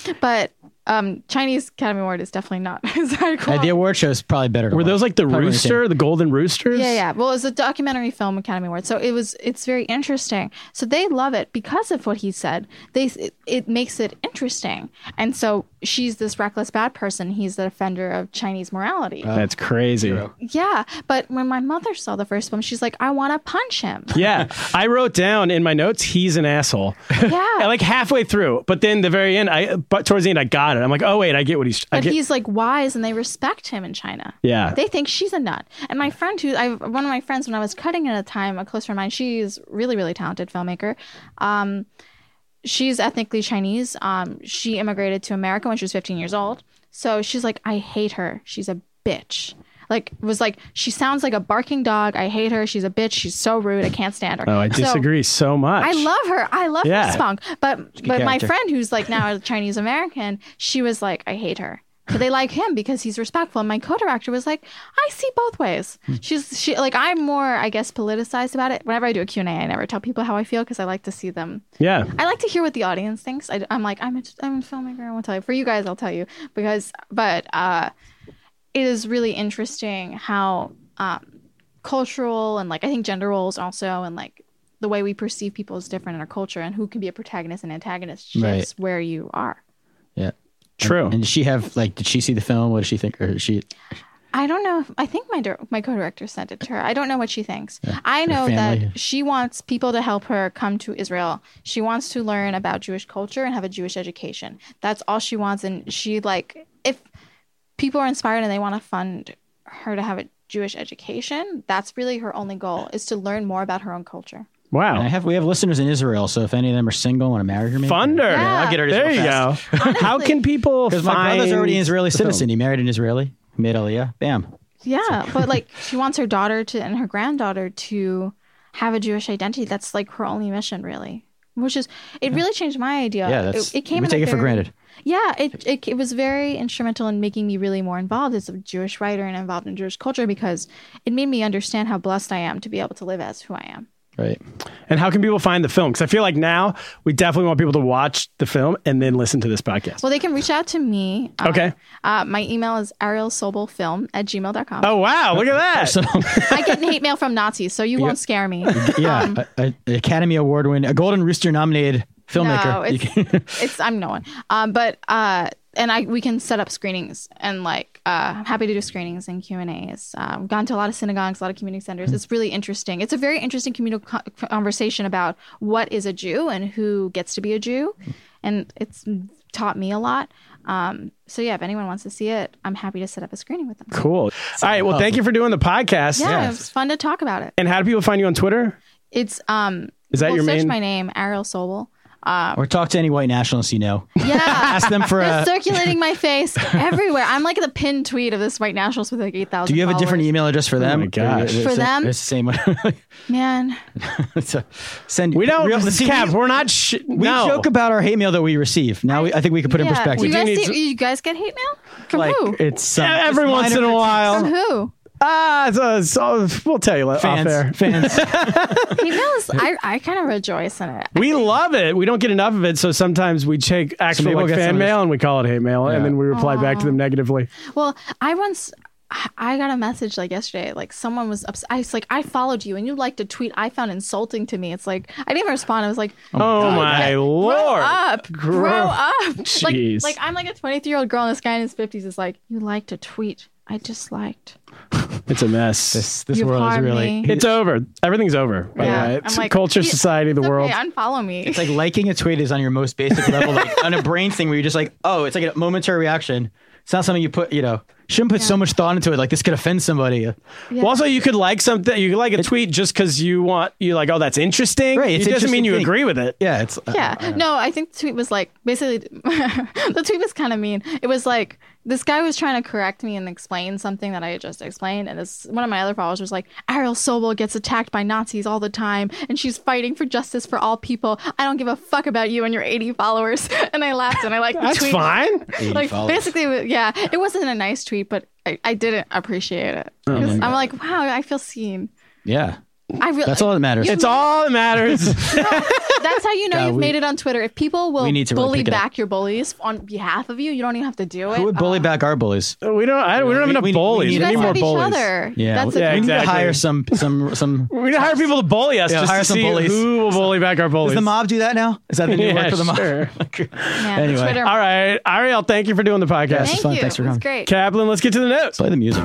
but um Chinese Academy Award is definitely not as high
Uh, the
quality.
award show is probably better.
Were those like the
Probably
rooster, the golden roosters?
yeah, yeah. Well, it's a documentary film Academy Award, so it was. It's very interesting. So they love it because of what he said. They it, it makes it interesting, and so she's this reckless bad person. He's the offender of Chinese morality.
Uh. Oh,
That's crazy.
yeah, but when my mother saw the first film, she's like, "I want to punch him."
Yeah, I wrote down in my notes he's an asshole.
Yeah,
like halfway through, but then the very end, I but towards the end I got it. I'm like, oh wait, I get what he's. I
but
get,
he's like wise, and they respect him in China.
yeah,
they think she's a nut. And my friend who I one of my friends when I was cutting at the time, a close friend of mine, she's really really talented filmmaker. Um, she's ethnically Chinese. Um, she immigrated to America when she was 15 years old. So she's like, I hate her. She's a bitch. Like was like she sounds like a barking dog. I hate her. She's a bitch. She's so rude. I can't stand her.
oh, I
So-
disagree so much.
I love her. I love
Yeah.
her spunk. But but my
character.
friend who's like now a Chinese American, she was like, I hate her. But they like him because he's respectful. And my co-director was like, I see both ways.
Hmm.
She's she like I'm more, I guess, politicized about it. Whenever I do a Q&A, I never tell people how I feel because I like to see them.
Yeah,
I like to hear what the audience thinks. I, am like, I'm a, I'm a filmmaker. I won't tell you. For you guys, I'll tell you because, but uh, it is really interesting how um, cultural and like I think gender roles also and like the way we perceive people is different in our culture and who can be a protagonist and antagonist shifts
Right.
where you are.
Yeah.
true.
And did she have like? Did she see the film? What did she think? Or is she
I don't know. If, I think my dir- my co-director sent it to her. I don't know what she thinks. I know
family.
that she wants people to help her come to Israel. She wants to learn about Jewish culture and have a Jewish education. That's all she wants. And she like if people are inspired and they want to fund her to have a Jewish education, that's really her only goal is to learn more about her own culture.
wow,
I have we have listeners in Israel, so if any of them are single and want to marry her, maybe
Thunder.
Yeah. I'll get
her to
there you go. How can people find?
Because my brother's already an Israeli
the
citizen.
film?
He married an Israeli. He made Aliyah. Bam.
Yeah, but like she wants her daughter to and her granddaughter to have a Jewish identity. That's like her only mission, really. Which is it really changed my idea.
Yeah, that's
it, it came.
We
in a
take it for
very-
granted.
Yeah, it, it it was very instrumental in making me really more involved as a Jewish writer and involved in Jewish culture because it made me understand how blessed I am to be able to live as who I am.
Right.
And how can people find the film? Because I feel like now we definitely want people to watch the film and then listen to this podcast.
Well, they can reach out to me. uh,
Okay.
Uh, my email is arielsobelfilm at gmail.com.
Oh wow! Look at that.
I get hate mail from Nazis, so you won't scare me.
Yeah.
Um,
a, a Academy Award win, a Golden Rooster nominated filmmaker.
No,
You
it's,
can-
it's I'm no one. Um, but uh, and I we can set up screenings and like uh, I'm happy to do screenings and Q and A's. Um, gone to a lot of synagogues, a lot of community centers. It's really interesting. It's a very interesting communal co- conversation about what is a Jew and who gets to be a Jew, and it's taught me a lot. Um, so yeah, if anyone wants to see it, I'm happy to set up a screening with them.
cool. All right. Well, thank you for doing the podcast.
Yeah, it was fun to talk about it.
And how do people find you on Twitter?
It's um.
Is that
well,
your
search
main-
my name, Ariel Sobel.
or talk to any white nationalists you know.
Yeah.
Ask them for
They're
a.
circulating my face everywhere. I'm like the pinned tweet of this white nationalist with like 8,000
Do you have a different
followers.
email address for them?
my gosh.
For them?
it's the same one.
Man.
so send.
We don't,
real- see,
Cap,
we-
we're not, sh-
We
no.
joke about our hate mail that we receive. Now we, I think we could put it in
Yeah. Do
perspective.
you, guys
do need
see, you guys get hate mail? From
like
who?
it's some,
Every once in a
From
while.
who?
Ah, it's, uh, it's, uh, we'll tell you off
fans.
there.
Fans.
Hate mail is, I, I kind of rejoice in it.
We love it. We don't get enough of it, so sometimes we take actual
maybe we'll
like,
get some
fan
of this-
mail and we call it hate mail,
Yeah.
and then we reply back to them negatively.
Well, I once I got a message like yesterday, like someone was upset. I was like, I followed you and you liked a tweet I found insulting to me. It's like I didn't even respond. I was like,
Oh, my
grow
lord!
up, grow up.
Jeez.
Like, like I'm like a 23 year old girl, and this guy in his 50s is like, you liked a tweet I disliked.
It's a mess.
This, this
You've
world is
harmed
really.
me.
it's over. Everything's over. By
Yeah.
the way,
I'm
it's
like,
culture,
"Yeah,
society, the
It's
world.
Okay, unfollow me.
It's like liking a tweet is on your most basic level, like on a brain thing where you're just like, oh, it's like a momentary reaction. It's not something you put, you know, shouldn't put so much thought into it. Like this could offend somebody.
Yeah.
Well, also, you could like something. You could like a tweet just because you want. You like, oh, that's interesting.
Right,
It
it's
doesn't mean
interesting
you
thing.
agree with it.
Yeah, it's uh,
"Oh,
yeah. no, I think the tweet was like basically the tweet was kind of mean. It was like this guy was trying to correct me and explain something that I had just explained, and this one of my other followers was like, "Ariel Sobel gets attacked by Nazis all the time, and she's fighting for justice for all people. I don't give a fuck about you and your 80 followers." And I laughed, and I like
That's
tweet.
fine.
Like basically, it was- yeah, it wasn't a nice tweet, but I, I didn't appreciate it.
Oh
'Cause I'm like, wow, I feel seen.
yeah.
I really
That's all that matters.
It's all that matters.
That's how you know
God,
you've
we-
made it on Twitter. If people will
we need to really
bully
pick it up.
back your bullies on behalf of you, you don't even have to do it.
Who would bully back our bullies?
we don't. I, we don't have
we-
enough
we- we
bullies.
need-
We
you
need,
guys
more
have each
bullies.
other.
Yeah,
That's
Yeah,
a,
we need to
exactly.
hire some some some.
We need to hire people to bully us
Yeah,
just
hire
to
some
see
bullies.
who will bully back our bullies.
Does the mob do that now? Is that the new
Yeah,
word for the mob?
sure.
Oh, man,
Anyway.
Twitter.
All right, Ariel. Thank you for doing the podcast.
This
Thank
is fun.
you.
Thanks for coming.
It's great.
Kaplan, let's get to the notes.
Play the music.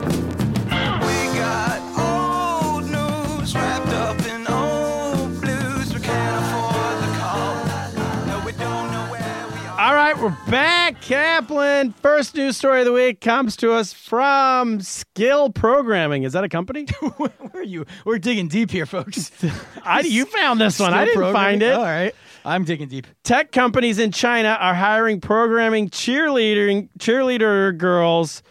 We got old news wrapped up in old blues. We can't afford the call. No, we don't know where we are.
All right, we're back. Kaplan, first news story of the week comes to us from Skill Programming. Is that a company?
Where are you? We're digging deep here, folks.
I, you found this one. I didn't find it.
All right, I'm digging deep.
Tech companies in China are hiring programming cheerleading cheerleader girls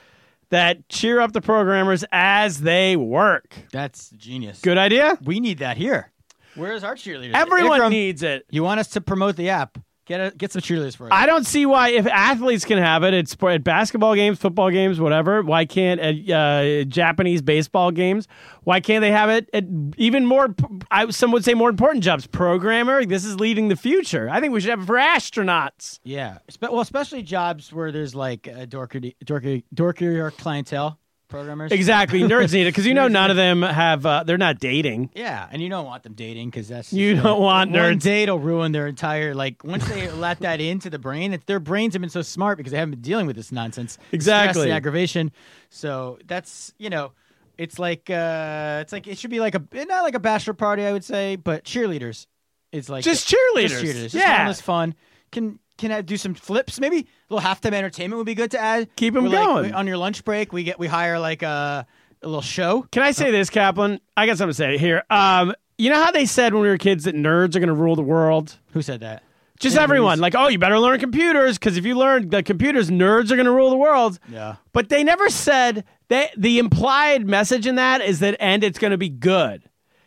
that cheer up the programmers as they work.
That's genius.
Good idea.
We need that here. Where is our cheerleader?
Everyone needs it.
You want us to promote the app? Get a, get some cheerleaders for us.
I don't see why if athletes can have it, it's at basketball games, football games, whatever. Why can't at uh, Japanese baseball games? Why can't they have it at even more? I, some would say more important jobs. Programmer. This is leading the future. I think we should have it for astronauts.
yeah. Spe- well, especially jobs where there's like a dorky, dorky, dorkier clientele programmers.
Exactly. Nerds need it because you know none of them have. Uh, they're not dating.
Yeah, and you don't want them dating because that's
You
just,
don't want
one
nerds.
date will ruin their entire like once they let that into the brain. It's, their brains have been so smart because they haven't been dealing with this nonsense, stress,
Exactly.
the aggravation. So that's you know, it's like uh it's like it should be like a not like a bachelor party, I would say, but cheerleaders. It's like
Just cheerleaders.
just cheerleaders, just
Yeah.
harmless fun. Can can I do some flips? Maybe a little halftime entertainment would be good to add.
Keep 'em
We're like-
going.
we- on your lunch break. We get we hire like a, a little show.
Can I say this, Kaplan? I got something to say here. Um, you know how they said when we were kids that nerds are going to rule the world.
Who said that?
Just everyone, like, oh, you better learn computers because if you learn the computers, nerds are going to rule the world.
Yeah.
But they never said that. The implied message in that is that, and it's going to be good.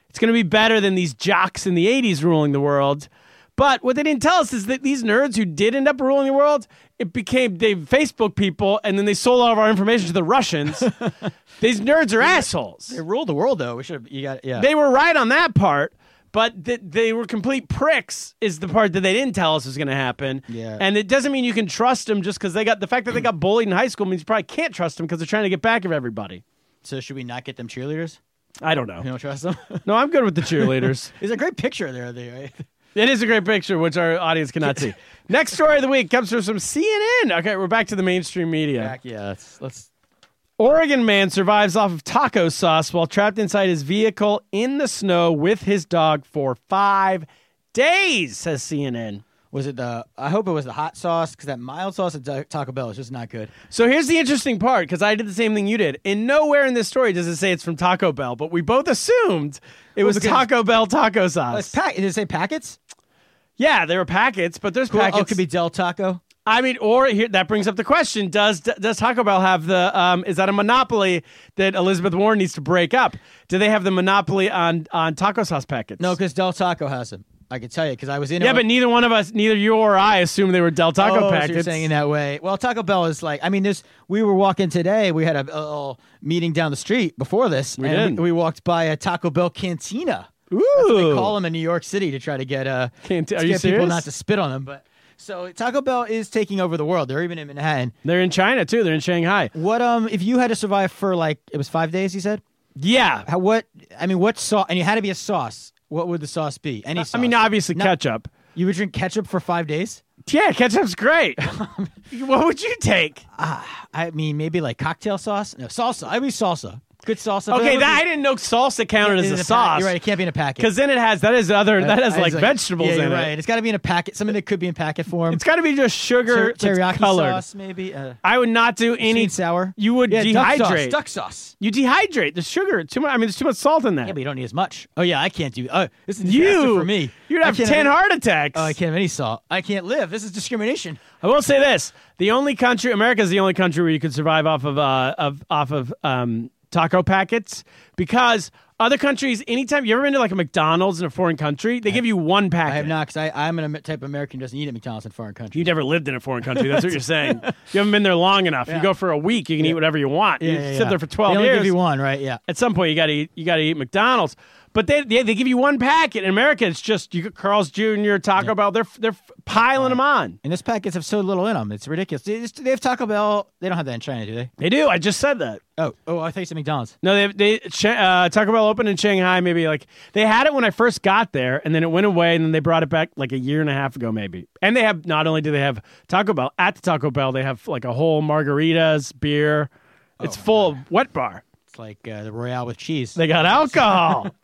It's going to be better than these jocks in the '80s ruling the world. But what they didn't tell us is that these nerds who did end up ruling the world, it became they Facebook people, and then they sold all of our information to the Russians. these nerds are assholes.
It ruled the world though. We should have you got yeah.
They were right on that part, but that they were complete pricks is the part that they didn't tell us was going to happen.
Yeah.
And it doesn't mean you can trust them just because they got the fact that they got bullied in high school means you probably can't trust them because they're trying to get back at everybody.
so should we not get them cheerleaders?
I don't know.
You don't trust them?
No, I'm good with the cheerleaders.
There's a great picture there of the right?
it is a great picture, which our audience cannot see. Next story of the week comes from some CNN. Okay, we're back to the mainstream media.
Back, yeah, let's let's
Oregon man survives off of taco sauce while trapped inside his vehicle in the snow with his dog for five days, says CNN.
was it the? I hope it was the hot sauce because that mild sauce at Ta- Taco Bell is just not good.
So here's the interesting part because I did the same thing you did. And nowhere in this story does it say it's from Taco Bell, but we both assumed it was
it's good.
Taco Bell taco
It's
sauce.
pack. Did it say packets?
yeah, there were packets, but there's packets.
Oh, it could be Del Taco.
I mean, or here that brings up the question: Does does Taco Bell have the? Um, is that a monopoly that Elizabeth Warren needs to break up? Do they have the monopoly on on taco sauce packets?
No, because Del Taco has them. I can tell you because I was in.
Yeah,
it
but neither one of us, neither you or I, assumed they were Del Taco
oh, so
packets.
you're saying in that way. Well, Taco Bell is like. I mean, this. We were walking today. We had a, little meeting down the street before this. We and
did.
We, we walked by a Taco Bell cantina.
Ooh,
They call them in New York City to try to get uh
Can't-
to
are
get
you
people
serious?
not to spit on them. But so Taco Bell is taking over the world. They're even in Manhattan.
They're in China too. They're in Shanghai.
What um if you had to survive for like it was five days? You said.
Yeah,
How, what I mean, what sauce? And it had to be a sauce. What would the sauce be? Any sauce?
I mean, obviously
No.
ketchup.
you would drink ketchup for five days.
Yeah, ketchup's great. what would you take?
I mean, maybe like cocktail sauce. No salsa. I mean salsa. Good salsa.
Okay, that I didn't know salsa counted as
is
a, sauce.
You're right. It can't be in a packet.
Because then it has that is other that has
I was
like, vegetables
yeah,
in
you're
it.
right. It's got to be in a packet. Something that could be in packet form.
It's got to be just sugar
Ter-
that's
teriyaki
colored.
sauce, maybe. Uh,
I would not do any
sweet sour.
You would
yeah,
dehydrate.
Duck sauce. Duck sauce.
You dehydrate the sugar. Too much. I mean, there's too much salt in that.
Yeah, but you don't need as much. Oh yeah, I can't do. Oh, this is disaster
you
for me.
You'd
I
have
can't
ten
any-
heart attacks.
Oh, I can't have any salt. I can't live. This is discrimination.
I will say this: the only country, America is the only country where you can survive off of uh, of off of um, taco packets because other countries. Anytime you ever been to like a McDonald's in a foreign country, they give you one packet.
I have not because I'm an Am- type of American who doesn't eat at McDonald's in foreign countries.
You never lived in a foreign country. That's what you're saying. You haven't been there long enough. You go for a week, you can eat whatever you want. you sit there for
They
twelve
only
years.
give you one, right? Yeah.
at some point you gotta eat, you gotta eat McDonald's. But they, they they give you one packet. In America, it's just you got Carl's Jr., Taco Bell. They're they're piling them on.
And this packets have so little in them. It's ridiculous. They, just- they have Taco Bell. They don't have that in China, do they?
They do. I just said that.
Oh, oh, I thought you said McDonald's.
No, they they Ch- uh, Taco Bell opened in Shanghai. Maybe like they had it when I first got there, and then it went away, and then they brought it back like a year and a half ago, maybe. And they have not only do they have Taco Bell at the Taco Bell, they have like a whole margaritas, beer.
Oh,
It's full of wet bar.
It's like uh, the Royale with cheese.
They got alcohol.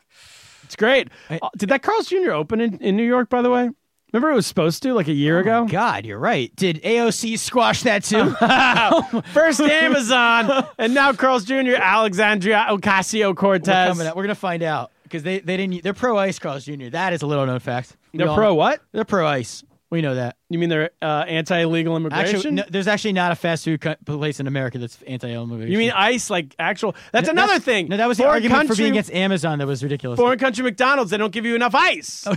it's great. Uh, Did that Carl's Jr. open in, in New York, by the way? Remember it was supposed to like a year ago?
Oh God, you're right. Did AOC squash that too?
First Amazon, and now Carl's Jr., Alexandria Ocasio
We're,
Cortez.
coming up. We're gonna find out because they, they didn't. They're pro ice, Carl's Jr. That is a little known fact. We
They're
all-
pro what?
They're pro ice. We know that.
You mean they're uh, anti illegal immigration?
Actually, no, there's actually not a fast food co- place in America that's anti-immigration.
you mean ICE, like actual? That's another
That's-
thing.
No, that was the
Foreign
argument for
country-
being against Amazon. That was ridiculous.
foreign country McDonald's. They don't give you enough ice.
Oh,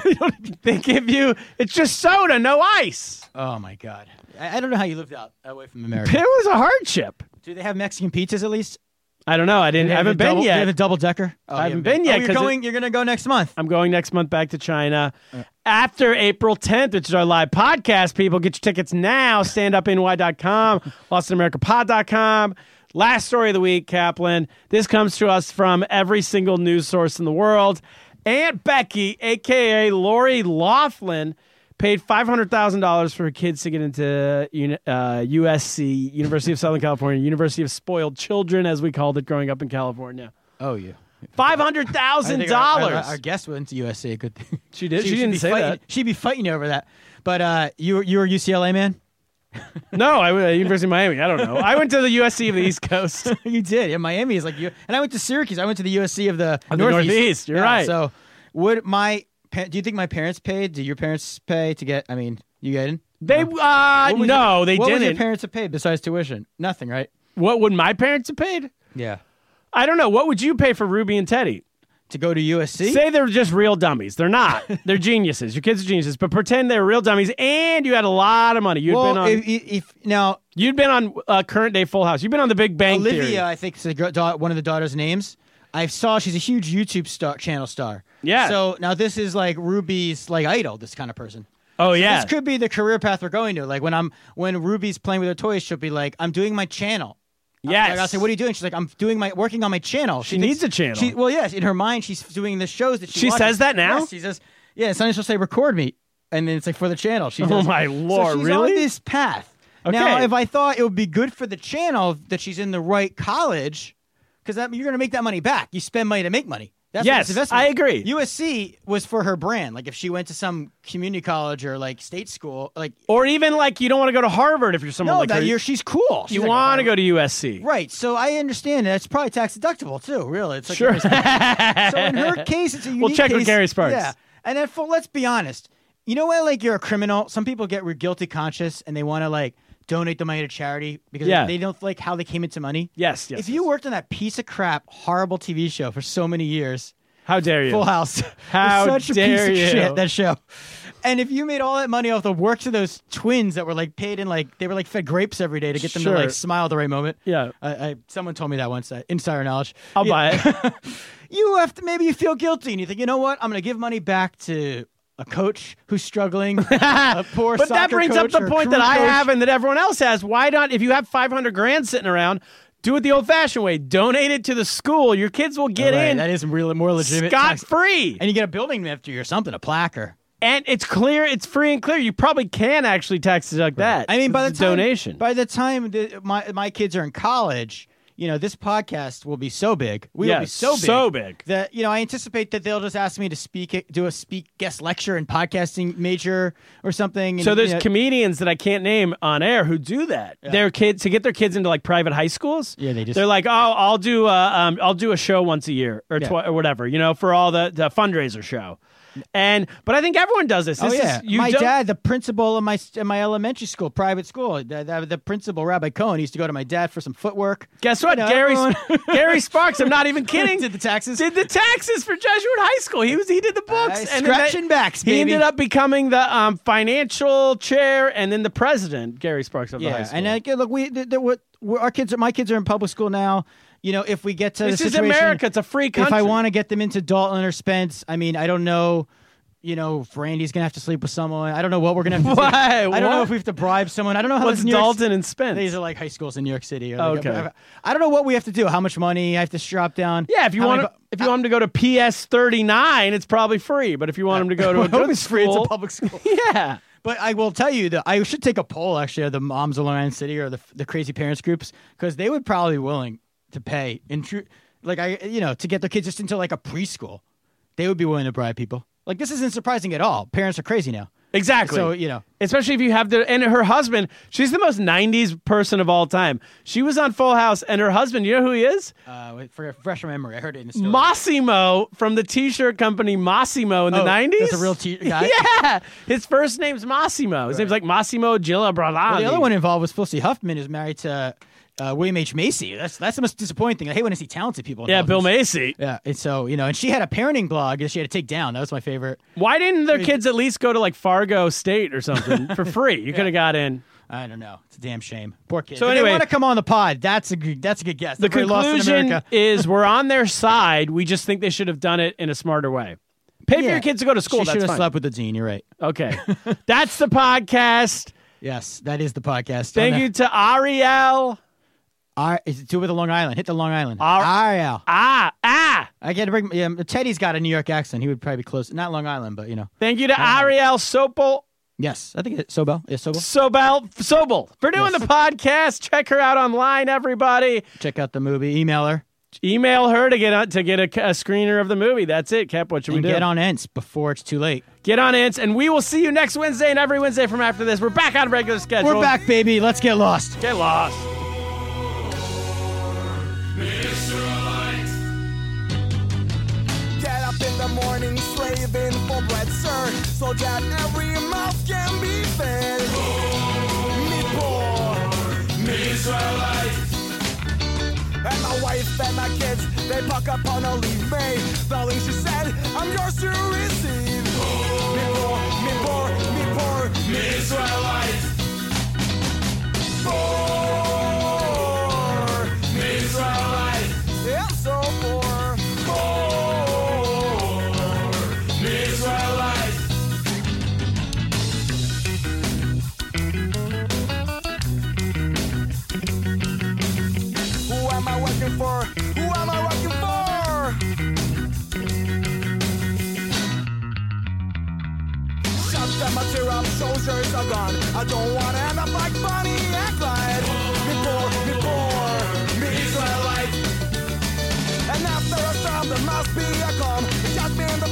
they give you it's just soda, no ice.
Oh my God. I, I don't know how you lived out away from
It
America.
was a hardship.
Do they have Mexican pizzas at least?
I don't know. I didn't. I haven't been
double,
yet.
They have a double decker.
I haven't been yet, 'cause
Oh, you're
it-
going. you're gonna go next month.
I'm going next month back to China after April 10th, which is our live podcast. People, get your tickets now. StandUpNY.com, LostInAmericaPod.com. Last story of the week, Kaplan. This comes to us from every single news source in the world. Aunt Becky, aka Lori Laughlin, paid five hundred thousand dollars for her kids to get into uni- uh, USC, University of Southern California, University of Spoiled Children, as we called it growing up in California.
Oh yeah.
Five hundred thousand
Our,
dollars.
our guest went to USC. Good thing.
She did. She
she'd
didn't
be
say
fighting,
that.
She'd be fighting over that. But uh, you were- you were UCLA man.
No, I went to University of Miami. I don't know. I went to the USC of the East Coast.
you did. Yeah, Miami is like you. And I went to Syracuse. I went to the USC of the
Of the
Northeast.
Northeast, you're
Yeah,
right.
So would my pa- do you think my parents paid? Did your parents pay to get? I mean, you get in?
They uh
What was
no,
your-
they
what What your
didn't.
parents have paid besides tuition? Nothing, right?
what would my parents have paid?
Yeah.
I don't know. What would you pay for Ruby and Teddy?
To go to USC.
Say they're just real dummies. They're not. they're geniuses. Your kids are geniuses, but pretend they're real dummies and you had a lot of money. You'd
well,
been on
if, if now
you'd been on uh, current day full house. You've been on the Big Bang
Olivia, uh,
Theory.
I think is the gr- da- one of the daughter's names. I saw she's a huge YouTube star, channel star.
Yeah.
So now this is like Ruby's like idol. This kind of person.
oh yeah.
This could be the career path we're going to. Like when I'm when Ruby's playing with her toys, she'll be like, "I'm doing my channel."
yes.
Like, I'll say, "What are you doing?" She's like, "I'm doing my working on my channel."
She needs
thinks-
a channel.
She, well, yes, in her mind, she's doing the shows that she.
She
watches.
says that now?
Yes, she says, "Yeah." Sometimes she'll say, "Record me," and then it's like for the channel. She.
Oh,
does-
my
So
lord,
she's
really?
On this path. Now,
Okay.
if I thought it would be good for the channel that she's in the right college, because you're going to make that money back. You spend money to make money. That's
Yes,
it's investment.
I agree.
USC was for her brand. Like if she went to some community college or like state school, like
Or even like you don't want to go to Harvard if you're someone
no,
like
that
her.
year she's cool. She's
you
like,
want to
"Oh,
go to USC.
Right, so I understand that's probably tax deductible too. Really, it's like
Sure.
so in her case, it's a unique.
check with
case.
Gary Sparks.
Yeah, and then for, let's be honest. You know when like you're a criminal, some people get re- guilty conscious and they want to like donate the money to charity because
Yeah.
they don't like how they came into money.
Yes, yes.
if you worked on that piece of crap, horrible TV show for so many years,
How dare you?
Full House, was
How
such a
dare
piece
you.
of shit that show. And if you made all that money off the works of those twins that were like paid in like they were like fed grapes every day to get them
Sure.
to like smile at the right moment.
Yeah.
I, I someone told me that once. Uh, insider knowledge.
I'll
Yeah.
buy it.
You have to maybe you feel guilty and you think you know what I'm going to give money back to. A coach who's struggling, a poor
but that
soccer
brings up
coach
the
or
point that
crew
I
coach.
have and that everyone else has. Why not? If you have 500 grand sitting around, do it the old-fashioned way. Donate it to the school. Your kids will get
Right,
in
That is really more legitimate.
scot
tax-
free,
and you get a building after you or something, a plaque or
and it's clear, it's free and clear. You probably can actually tax deduct that.
I mean, by the
It's a
time,
donation,
By the time the, my my kids are in college, you know, this podcast will be so big. We
yeah,
will be so big.
so big.
That you know, I anticipate that they'll just ask me to speak, do a speak guest lecture in podcasting major or something. and,
So there's
you know,
comedians that I can't name on air who do that. Their kids to get their kids into like private high schools.
Yeah, they just-
they're like, oh, I'll do a, um, I'll do a show once a year or
Yeah.
twi- or whatever, you know, for all the, the fundraiser show. And but I think everyone does this.
Oh
This
yeah,
is, you
my
don't-
dad, the principal of my in my elementary school, private school, the, the, the principal Rabbi Cohen used to go to my dad for some footwork.
Guess what,
You know,
Gary?
everyone-
Gary Sparks. I'm not even kidding.
Did the taxes.
Did the taxes for Jesuit High School? He was he did the books
Uh,
then that-
scratching backs,
He ended
baby.
up becoming the um, financial chair and then the president. Gary Sparks of the high
Yeah,
school.
and like, look, we th- th- what we're, our kids are my kids are in public school now. You know, if we get to
this
the
is
situation-
America. It's a free country.
If I want to get them into Dalton or Spence, I mean, I don't know. You know, if Randy's gonna have to sleep with someone. I don't know what we're gonna have to. do.
Why?
I don't know
What?
if we have to bribe someone. I don't know how.
What's
this New York-
Dalton and Spence?
These are like high schools in New York City. or, like,
Okay.
I, I don't know what we have to do. How much money I have to strop down?
Yeah, if you
how
want
many
to,
bu- uh,
if you want him to go to PS thirty nine, it's probably free. But if you want him to go to a
I hope
good
it's free. It's
school,
a public school.
yeah,
But I will tell you that I should take a poll actually of the moms of Long Island City or the the crazy parents groups because they would probably be willing to pay in true like I you know to get their kids just into like a preschool, they would be willing to bribe people. Like this isn't surprising at all. Parents are crazy now.
exactly.
So you know,
especially if you have the and her husband. She's the most nineties person of all time. She was on Full House, and her husband. You know who he is?
uh, for fresh memory, I heard it in the story.
Massimo from the T-shirt company Massimo in the
Oh,
nineties.
that's a real t- guy?
Yeah, his first name's Massimo. His name's like Massimo Gilla
Well, the other one involved was Felicity Huffman, who's married to uh, William H Macy. That's that's the most disappointing thing. I hate when I see talented people.
Yeah,
involved in
Bill
this.
Macy.
Yeah, and so you know, and she had a parenting blog that she had to take down. That was my favorite.
Why didn't their kids at least go to like Fargo State or something for free? You could have got in.
I don't know. It's a damn shame. Poor kid.
So
if
anyway-
they want to come on the pod. That's a good, that's a good guess.
The
They're lost in
conclusion
America.
is we're on their side. We just think they should have done it in a smarter way. Pay for
Yeah.
your kids to go to school.
She
that's
should have
fine.
slept with the dean. You're right.
Okay, that's the podcast.
Yes, that is the podcast.
Thank
On
you
the-
to Ariel.
Ar- is it two with the Long Island? Hit the Long Island.
Ar-
Ariel.
Ah ah.
I got to bring. Yeah, Teddy's got a New York accent. He would probably be close. Not Long Island, but you know.
Thank you to Ariel Sopel.
Yes, I think it's Sobel. Yeah, Sobel.
Sobel Sobel for doing
Yes.
the podcast. Check her out online, everybody.
Check out the movie. Email her
Email her to get on, to get a, a screener of the movie. That's it, Cap. What should
and
we do?
get on Ents before it's too late.
Get on Ents, and we will see you next Wednesday and every Wednesday from after this. We're back on regular schedule.
We're back, baby. Let's get lost.
Get lost.
Get up in the morning, slaving for bread, sir, so that every mouth can be fed. Me poor, me Israelite. And my wife and my kids, they pack up on a leave me. Darling, she said, I'm yours to receive. Me poor, me poor, me poor, me Israelite. Poor, me Israelite. Yeah, I'm so poor. Poor, me Israelite. Who am I working for? Who am I working for? Shut them up, tear up, soldiers are gone. I don't wanna end up like Bonnie and Clyde. Me poor, me poor, me Israelite. And after a storm, there must be a call.